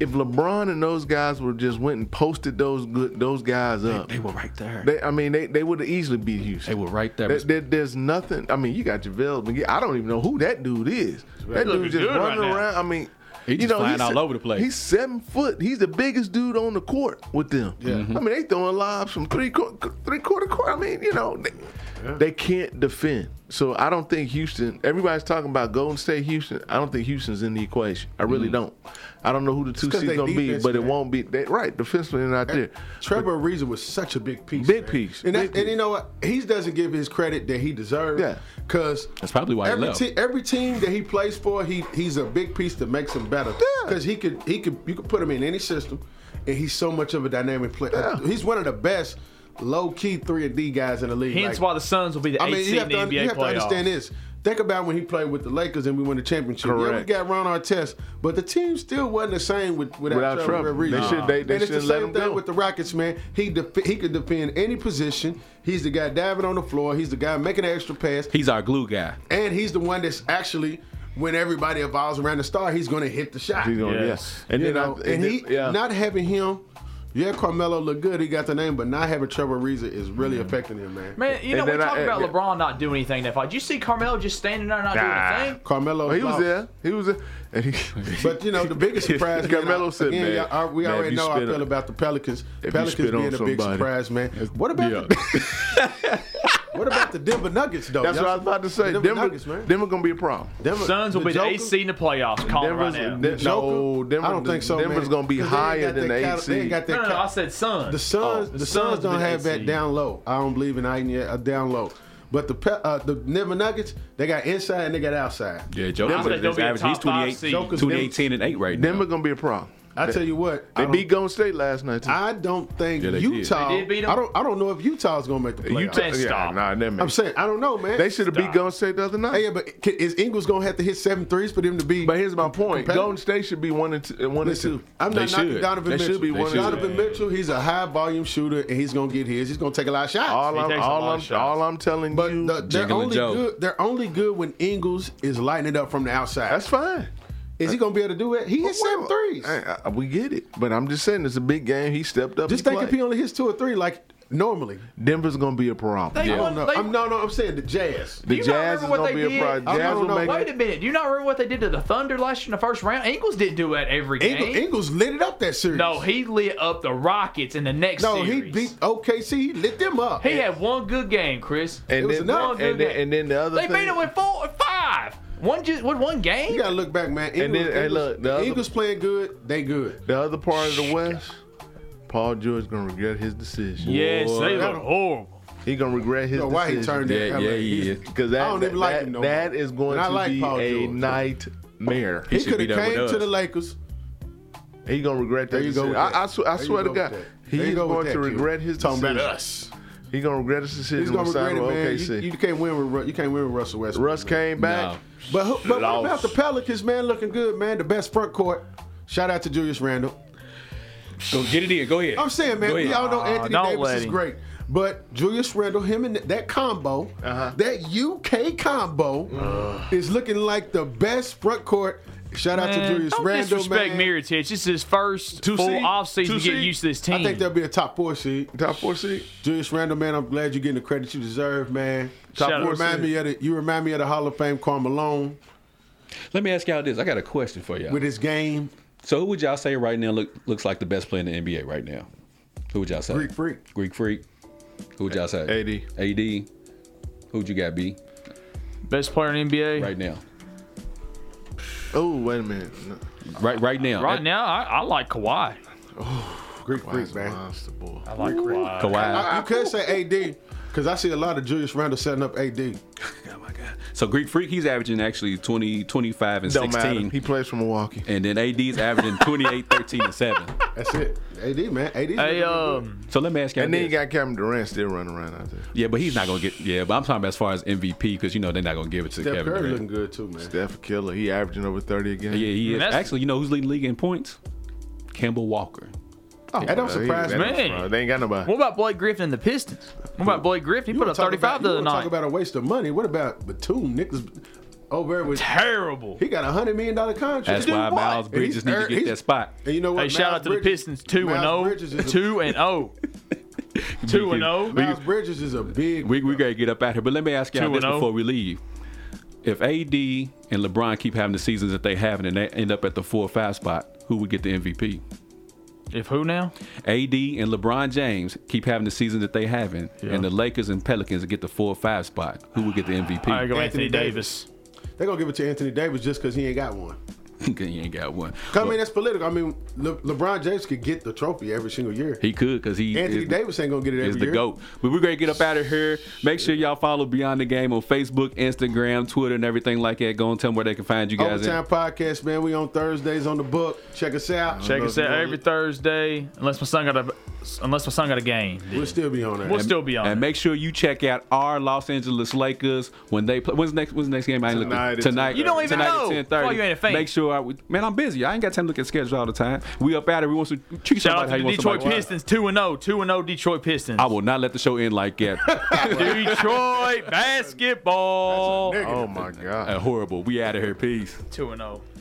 Speaker 4: if LeBron and those guys would just went and posted those good those guys up,
Speaker 1: They were right there.
Speaker 4: they, I mean, they, they would have easily beat Houston.
Speaker 1: They were right there.
Speaker 4: There- there- there's nothing. I mean, you got JaVale McGee. I don't even know who that dude is. That
Speaker 3: looking
Speaker 4: dude just
Speaker 3: good right
Speaker 4: running
Speaker 3: now.
Speaker 4: around. I mean,
Speaker 1: He
Speaker 4: you
Speaker 1: just
Speaker 4: know,
Speaker 1: flying
Speaker 4: he's-
Speaker 1: all over the place.
Speaker 4: He's seven foot. He's the biggest dude on the court with them.
Speaker 1: Mm-hmm.
Speaker 4: I mean, they throwing lobs from three quarter, three quarter court. I mean, you know, they, they can't defend. So I don't think Houston. Everybody's talking about Golden State, Houston. I don't think Houston's in the equation. I
Speaker 1: Mm-hmm.
Speaker 4: really don't. I don't know who the two
Speaker 2: 'cause
Speaker 4: seed's
Speaker 2: they
Speaker 4: gonna be,
Speaker 2: defense,
Speaker 4: but it
Speaker 2: man.
Speaker 4: won't be. They, right, defensemen are not there.
Speaker 2: Trevor Ariza was such a big piece.
Speaker 4: Big
Speaker 2: man.
Speaker 4: piece,
Speaker 2: And, that- and
Speaker 4: big
Speaker 2: you
Speaker 4: piece.
Speaker 2: know what? He doesn't give his credit that he deserves.
Speaker 4: Yeah.
Speaker 2: Because
Speaker 1: That's probably why he
Speaker 2: every,
Speaker 1: left.
Speaker 2: te- every team that he plays for, he he's a big piece that makes him better.
Speaker 4: Yeah.
Speaker 2: Because he could he could you could put him in any system, and he's so much of a dynamic player.
Speaker 4: Yeah.
Speaker 2: He's one of the best low key three and D guys in the league.
Speaker 3: Hence
Speaker 2: Like,
Speaker 3: why the Suns will be the
Speaker 2: I
Speaker 3: eighth
Speaker 2: mean, you
Speaker 3: seed in
Speaker 2: have,
Speaker 3: the
Speaker 2: to, un- you
Speaker 3: NBA
Speaker 2: have to understand
Speaker 3: playoffs.
Speaker 2: this. Think about when he played with the Lakers and we won the championship. Yeah, we
Speaker 4: Correct.
Speaker 2: got Ron Artest, but the team still wasn't the same with, without,
Speaker 4: Without
Speaker 2: Trevor.
Speaker 4: Trevor. They
Speaker 2: Ariza.
Speaker 4: should- they- they
Speaker 2: and it's the
Speaker 4: shouldn't let
Speaker 2: same
Speaker 4: him
Speaker 2: thing
Speaker 4: go.
Speaker 2: with the Rockets, man. He def- he could defend any position. He's the guy diving on the floor. He's the guy making an extra pass,
Speaker 1: He's our glue guy.
Speaker 2: and he's the one that's actually when everybody evolves around the star, he's going to hit the shot.
Speaker 4: He's gonna-
Speaker 3: Yes.
Speaker 4: yeah. And
Speaker 2: You
Speaker 4: then I-
Speaker 2: know, and
Speaker 4: then-
Speaker 2: he
Speaker 4: yeah.
Speaker 2: not having him. Yeah, Carmelo looked good. He got the name, but not having Trevor Ariza is really
Speaker 4: Mm-hmm.
Speaker 2: affecting him, man.
Speaker 3: Man, you know,
Speaker 4: And
Speaker 3: we
Speaker 4: then
Speaker 3: talk
Speaker 4: I-
Speaker 3: about
Speaker 4: yeah.
Speaker 3: LeBron not doing anything in that fight. Did you see Carmelo just standing there not
Speaker 4: Nah.
Speaker 3: doing a thing?
Speaker 2: Carmelo,
Speaker 4: Oh, he was
Speaker 2: lost.
Speaker 4: there. He was there. And he, [laughs]
Speaker 2: But you know, the biggest surprise, man,
Speaker 4: Carmelo
Speaker 2: I-
Speaker 4: said,
Speaker 2: again,
Speaker 4: "Man,
Speaker 2: y'all- I- we
Speaker 4: man, if
Speaker 2: already
Speaker 4: you
Speaker 2: know how I
Speaker 4: spit
Speaker 2: feel
Speaker 4: on-
Speaker 2: about the Pelicans.
Speaker 4: you
Speaker 2: Pelicans
Speaker 4: spit on
Speaker 2: being a big
Speaker 4: somebody,
Speaker 2: surprise, man. What about
Speaker 4: yeah.
Speaker 2: the, [laughs] what about the Denver Nuggets though?
Speaker 4: That's
Speaker 2: Y'all-
Speaker 4: what I was about to say.
Speaker 2: The
Speaker 4: Denver,
Speaker 2: Denver, Nuggets, man.
Speaker 4: Denver gonna be a problem.
Speaker 2: Denver-
Speaker 3: Suns will
Speaker 2: the
Speaker 3: be the eighth
Speaker 2: Joker-
Speaker 3: seed in the playoffs. Calling right
Speaker 4: Denver's-
Speaker 3: now.
Speaker 4: Den-
Speaker 2: the Joker?
Speaker 4: no, Denver,
Speaker 2: I don't think so.
Speaker 4: Denver's
Speaker 2: man.
Speaker 4: gonna be
Speaker 2: 'Cause they ain't
Speaker 4: higher
Speaker 2: got that
Speaker 4: than the
Speaker 2: cal-
Speaker 4: eight
Speaker 2: They ain't
Speaker 4: seed.
Speaker 2: got that
Speaker 3: no, no, no,
Speaker 2: cal-
Speaker 3: I said Suns.
Speaker 2: The Suns,
Speaker 3: Oh,
Speaker 2: the Suns
Speaker 3: will
Speaker 2: don't
Speaker 3: be the
Speaker 2: have
Speaker 3: eighth
Speaker 2: that
Speaker 3: seed.
Speaker 2: down low. I don't believe in I ain't yet uh, down low. But the Pe- uh, the Denver Nuggets, they got inside and they got outside.
Speaker 1: Yeah, Joker
Speaker 3: I think they'll
Speaker 1: is
Speaker 3: be a
Speaker 1: average.
Speaker 3: top
Speaker 1: He's
Speaker 3: five
Speaker 1: 28,
Speaker 3: seed.
Speaker 2: Joker's
Speaker 1: 28 10 and 8 right now.
Speaker 4: Denver gonna be a problem.
Speaker 2: I tell you what,
Speaker 4: They
Speaker 2: I don't-
Speaker 4: beat Golden State last night too.
Speaker 2: I don't think
Speaker 1: Yeah, they did.
Speaker 2: Utah.
Speaker 3: They did beat 'em?
Speaker 2: I don't. I don't know if Utah's gonna make the playoffs.
Speaker 4: Utah,
Speaker 3: Man,
Speaker 4: yeah,
Speaker 3: stop.
Speaker 4: nah, that man.
Speaker 2: I'm saying I don't know, man.
Speaker 4: they should have beat
Speaker 3: Stop.
Speaker 4: Golden State the other night.
Speaker 2: Hey, yeah, but can, is Ingles gonna have to hit seven threes for them to be?
Speaker 4: but here's my point.
Speaker 2: competitive?
Speaker 4: Golden State should be one and two. uh, One
Speaker 2: Listen,
Speaker 4: and two.
Speaker 2: I'm
Speaker 1: They
Speaker 2: not knocking
Speaker 1: should.
Speaker 2: Donovan
Speaker 4: They
Speaker 2: Mitchell.
Speaker 4: should be one and
Speaker 2: Donovan Mitchell, he's a high volume shooter, and he's gonna get his. He's gonna take a lot of shots.
Speaker 4: All
Speaker 3: He
Speaker 4: I'm,
Speaker 3: takes a
Speaker 4: all
Speaker 3: lot of
Speaker 4: I'm,
Speaker 3: shots.
Speaker 4: all I'm telling
Speaker 2: but
Speaker 4: you,
Speaker 2: the, they're
Speaker 1: Jingling
Speaker 2: only
Speaker 1: Joe.
Speaker 2: good. They're only good when Ingles is lighting it up from the outside.
Speaker 4: that's fine. Oh,
Speaker 2: is he gonna be able to do it? He hit seven
Speaker 4: Well,
Speaker 2: threes.
Speaker 4: hey, I- we get it, but I'm just saying it's a big game. He stepped up.
Speaker 2: Just
Speaker 4: and
Speaker 2: think if
Speaker 4: played.
Speaker 2: he only hits two or three, like Normally,
Speaker 4: Denver's gonna be a problem.
Speaker 5: They
Speaker 2: I
Speaker 5: won-
Speaker 2: don't know.
Speaker 5: they-
Speaker 2: I'm, no, no, I'm saying the Jazz.
Speaker 4: The
Speaker 5: you not
Speaker 4: Jazz
Speaker 5: remember
Speaker 4: is
Speaker 5: what
Speaker 4: gonna
Speaker 5: they
Speaker 4: be a
Speaker 5: did?
Speaker 4: problem.
Speaker 2: I
Speaker 4: Jazz
Speaker 2: don't
Speaker 4: will
Speaker 2: know.
Speaker 4: make
Speaker 5: Wait a minute. Do you not remember what they did to the Thunder last year in the first round? Ingles didn't do that every game.
Speaker 2: Ingles, Ingles lit it up that series.
Speaker 3: No, he lit up the Rockets in the next
Speaker 2: no,
Speaker 3: series.
Speaker 2: he beat OKC. He lit them up.
Speaker 3: He had one good game, Chris.
Speaker 2: It
Speaker 4: and
Speaker 2: was
Speaker 4: then,
Speaker 2: enough.
Speaker 4: and, then, and then the other
Speaker 3: they
Speaker 4: thing,
Speaker 3: beat him with four, five. One just with one game.
Speaker 2: you gotta look back, man. Ingles,
Speaker 4: And then- hey,
Speaker 2: Ingles-
Speaker 4: look, the other-
Speaker 2: Ingles playing good. They good.
Speaker 4: the other part of the West. Paul George gonna regret his decision.
Speaker 3: yes,
Speaker 1: Boy.
Speaker 3: they look horrible.
Speaker 4: He gonna regret his
Speaker 2: So
Speaker 4: decision.
Speaker 2: why he turned that?
Speaker 1: Yeah,
Speaker 2: LA?
Speaker 1: yeah, he
Speaker 2: He's-
Speaker 1: is.
Speaker 4: Because that,
Speaker 2: I don't even like
Speaker 4: that-
Speaker 2: him no
Speaker 4: that
Speaker 2: more.
Speaker 4: is going
Speaker 2: And I
Speaker 4: to
Speaker 2: like
Speaker 4: be
Speaker 2: Paul
Speaker 4: a
Speaker 2: George.
Speaker 4: nightmare.
Speaker 2: He,
Speaker 1: should
Speaker 2: could
Speaker 1: be
Speaker 2: have
Speaker 1: done with
Speaker 2: came
Speaker 1: us.
Speaker 2: to the Lakers.
Speaker 4: He gonna regret that.
Speaker 2: There you go
Speaker 4: decision.
Speaker 2: with
Speaker 4: I, I,
Speaker 2: that.
Speaker 4: sw- I
Speaker 2: There you go
Speaker 4: swear to
Speaker 2: with
Speaker 4: God,
Speaker 2: that.
Speaker 4: he
Speaker 2: There you
Speaker 4: is
Speaker 2: go with
Speaker 4: going to
Speaker 2: that, kid.
Speaker 4: regret his
Speaker 2: Talking
Speaker 4: decision.
Speaker 2: about us.
Speaker 4: He gonna regret his decision.
Speaker 2: He's gonna
Speaker 4: when
Speaker 2: regret it,
Speaker 4: signing with
Speaker 2: man. You,
Speaker 4: OKC.
Speaker 2: you can't win with Ru- you can't win with Russell Westbrook.
Speaker 4: Russ came back.
Speaker 1: No.
Speaker 2: But who, but what about
Speaker 4: Lost.
Speaker 2: the Pelicans, man? Looking good, man. The best front court. Shout out to Julius Randle.
Speaker 1: Go get it in. Go ahead.
Speaker 2: I'm saying, man,
Speaker 1: Go ahead.
Speaker 2: we all know Anthony
Speaker 3: don't
Speaker 2: Davis
Speaker 3: let
Speaker 2: is
Speaker 3: him.
Speaker 2: great. But Julius Randle, him and that combo,
Speaker 4: Uh-huh.
Speaker 2: that UK combo, is looking like the best front court. Shout out to
Speaker 3: Man,
Speaker 2: Julius
Speaker 3: don't
Speaker 2: Randle,
Speaker 3: disrespect
Speaker 2: man.
Speaker 3: Miritich. This is his first
Speaker 4: Two
Speaker 3: full
Speaker 4: seed?
Speaker 3: offseason to
Speaker 4: Two
Speaker 3: get
Speaker 4: seed?
Speaker 3: used to this team.
Speaker 2: I think that'll be a top four seed.
Speaker 4: Top four seed.
Speaker 2: Julius Randle, man, I'm glad you're getting the credit you deserve, man.
Speaker 3: Shout
Speaker 2: you
Speaker 3: out.
Speaker 2: remind me of the, you remind me of the Hall of Fame Karl Malone
Speaker 1: Let me ask y'all this. I got a question for y'all.
Speaker 2: with his game.
Speaker 1: So who would y'all say right now look, looks like the best player in the NBA right now? Who would y'all say?
Speaker 2: Greek freak.
Speaker 1: Greek Freak. Who would y'all say?
Speaker 4: AD.
Speaker 1: AD. Who'd you got, B,
Speaker 3: Best player in the NBA.
Speaker 1: right now?
Speaker 4: Oh wait a minute. No.
Speaker 1: Right right now.
Speaker 3: Right now, I, I like Kawhi.
Speaker 2: Greek freak,
Speaker 4: That's a
Speaker 2: man.
Speaker 4: monster boy.
Speaker 3: I like Kawhi.
Speaker 1: Kawhi.
Speaker 2: I- you could say AD because I see a lot of Julius Randle setting up AD.
Speaker 1: Oh my God. So Greek Freak, he's averaging actually 20, 25, and
Speaker 4: Don't matter.
Speaker 1: 16.
Speaker 4: He plays for Milwaukee.
Speaker 1: And then AD's averaging 28, 13, and 7.
Speaker 2: That's it. AD man. AD. 's looking
Speaker 3: Hey,
Speaker 2: good.
Speaker 3: um,
Speaker 1: So let me ask y'all
Speaker 4: And then you
Speaker 1: this.
Speaker 4: got Kevin Durant still running around out there.
Speaker 1: Yeah, but he's not going to get. Yeah, but I'm talking about as far as MVP because, you know, they're not going to give it to
Speaker 2: Steph
Speaker 1: Kevin
Speaker 2: Curry
Speaker 1: Durant.
Speaker 2: looking good too, man.
Speaker 4: Steph a killer. He averaging over thirty again.
Speaker 1: Yeah, he is.
Speaker 3: That's-
Speaker 1: Actually, you know who's leading the league in points? Campbell Walker.
Speaker 2: that don't surprise me.
Speaker 3: Man,
Speaker 4: They ain't got nobody.
Speaker 3: what about Blake Griffin and the Pistons? What about Blake Griffin? He
Speaker 2: You
Speaker 3: put
Speaker 2: wanna
Speaker 3: up
Speaker 2: talk
Speaker 3: 35
Speaker 2: about-
Speaker 3: the
Speaker 2: you
Speaker 3: other
Speaker 2: wanna Talk
Speaker 3: night.
Speaker 2: about a waste of money. What about Batum? Niggas over with.
Speaker 3: Terrible.
Speaker 2: He got a hundred million dollar contract.
Speaker 1: That's
Speaker 2: Dude,
Speaker 1: why
Speaker 2: what?
Speaker 1: Miles
Speaker 2: And
Speaker 1: Bridges
Speaker 2: he's
Speaker 1: need
Speaker 2: er-
Speaker 1: to get
Speaker 2: he's-
Speaker 1: that spot.
Speaker 2: And you know what?
Speaker 3: Hey, shout out to the Pistons 2 and oh,
Speaker 2: Miles
Speaker 3: 0.
Speaker 2: Bridges is a-
Speaker 3: 2 and
Speaker 2: [laughs]
Speaker 3: 0. 2 and oh. 0.
Speaker 2: Miles Bridges is a big.
Speaker 1: We, we gotta get up out here. But let me ask y'all
Speaker 3: Two
Speaker 1: this
Speaker 3: and oh.
Speaker 1: before we leave. If AD and LeBron keep having the seasons that they have and they end up at the four or five spot, who would get the MVP?
Speaker 3: If who now?
Speaker 1: AD and LeBron James keep having the seasons that they having, and the Lakers and Pelicans get the four or five spot. Who would get the
Speaker 3: I
Speaker 1: MVP?
Speaker 3: go
Speaker 2: Anthony
Speaker 3: Anthony,
Speaker 2: Davis.
Speaker 3: Davis.
Speaker 2: They're gonna give it to Anthony Davis just because he ain't got one.
Speaker 1: [laughs] he ain't got one.
Speaker 2: 'Cause, I mean, that's political. I mean, Le- LeBron James could get the trophy every single year.
Speaker 1: He could because he
Speaker 2: Anthony
Speaker 1: is-
Speaker 2: Davis ain't gonna get it every
Speaker 1: is the
Speaker 2: year.
Speaker 1: GOAT. But we're going to get up out of here. Make sure y'all follow Beyond the Game on Facebook, Instagram, Twitter, and everything like that. Go and tell them where they can find you guys.
Speaker 2: Overtime
Speaker 1: at.
Speaker 2: podcast, man. We on Thursdays on the book. Check us out.
Speaker 3: Check us out every Thursday, unless my son got a unless my son got a game.
Speaker 2: We'll still be on there.
Speaker 3: We'll still be on.
Speaker 1: And
Speaker 3: it.
Speaker 1: make sure you check out our Los Angeles Lakers when they play. When's the next? When's the next game? I ain't looking
Speaker 4: Tonight at
Speaker 1: tonight. uh,
Speaker 4: 10:30. You don't
Speaker 3: even
Speaker 1: tonight
Speaker 3: know.
Speaker 1: At 10:30.
Speaker 3: Why you ain't a fan?
Speaker 1: Make sure. I, man, I'm busy. I ain't got time to look at schedules all the time. We up out of. We want to treat
Speaker 3: Shout
Speaker 1: somebody
Speaker 3: out
Speaker 1: how
Speaker 3: to
Speaker 1: you
Speaker 3: the
Speaker 1: want
Speaker 3: Detroit
Speaker 1: somebody to-
Speaker 3: Pistons, 2 and 0, 2 and 0 Detroit Pistons.
Speaker 1: I will not let the show end like that. [laughs]
Speaker 3: Detroit basketball.
Speaker 4: Oh my god.
Speaker 1: horrible. Uh, We out of here. Peace.
Speaker 3: 2 and oh. 0.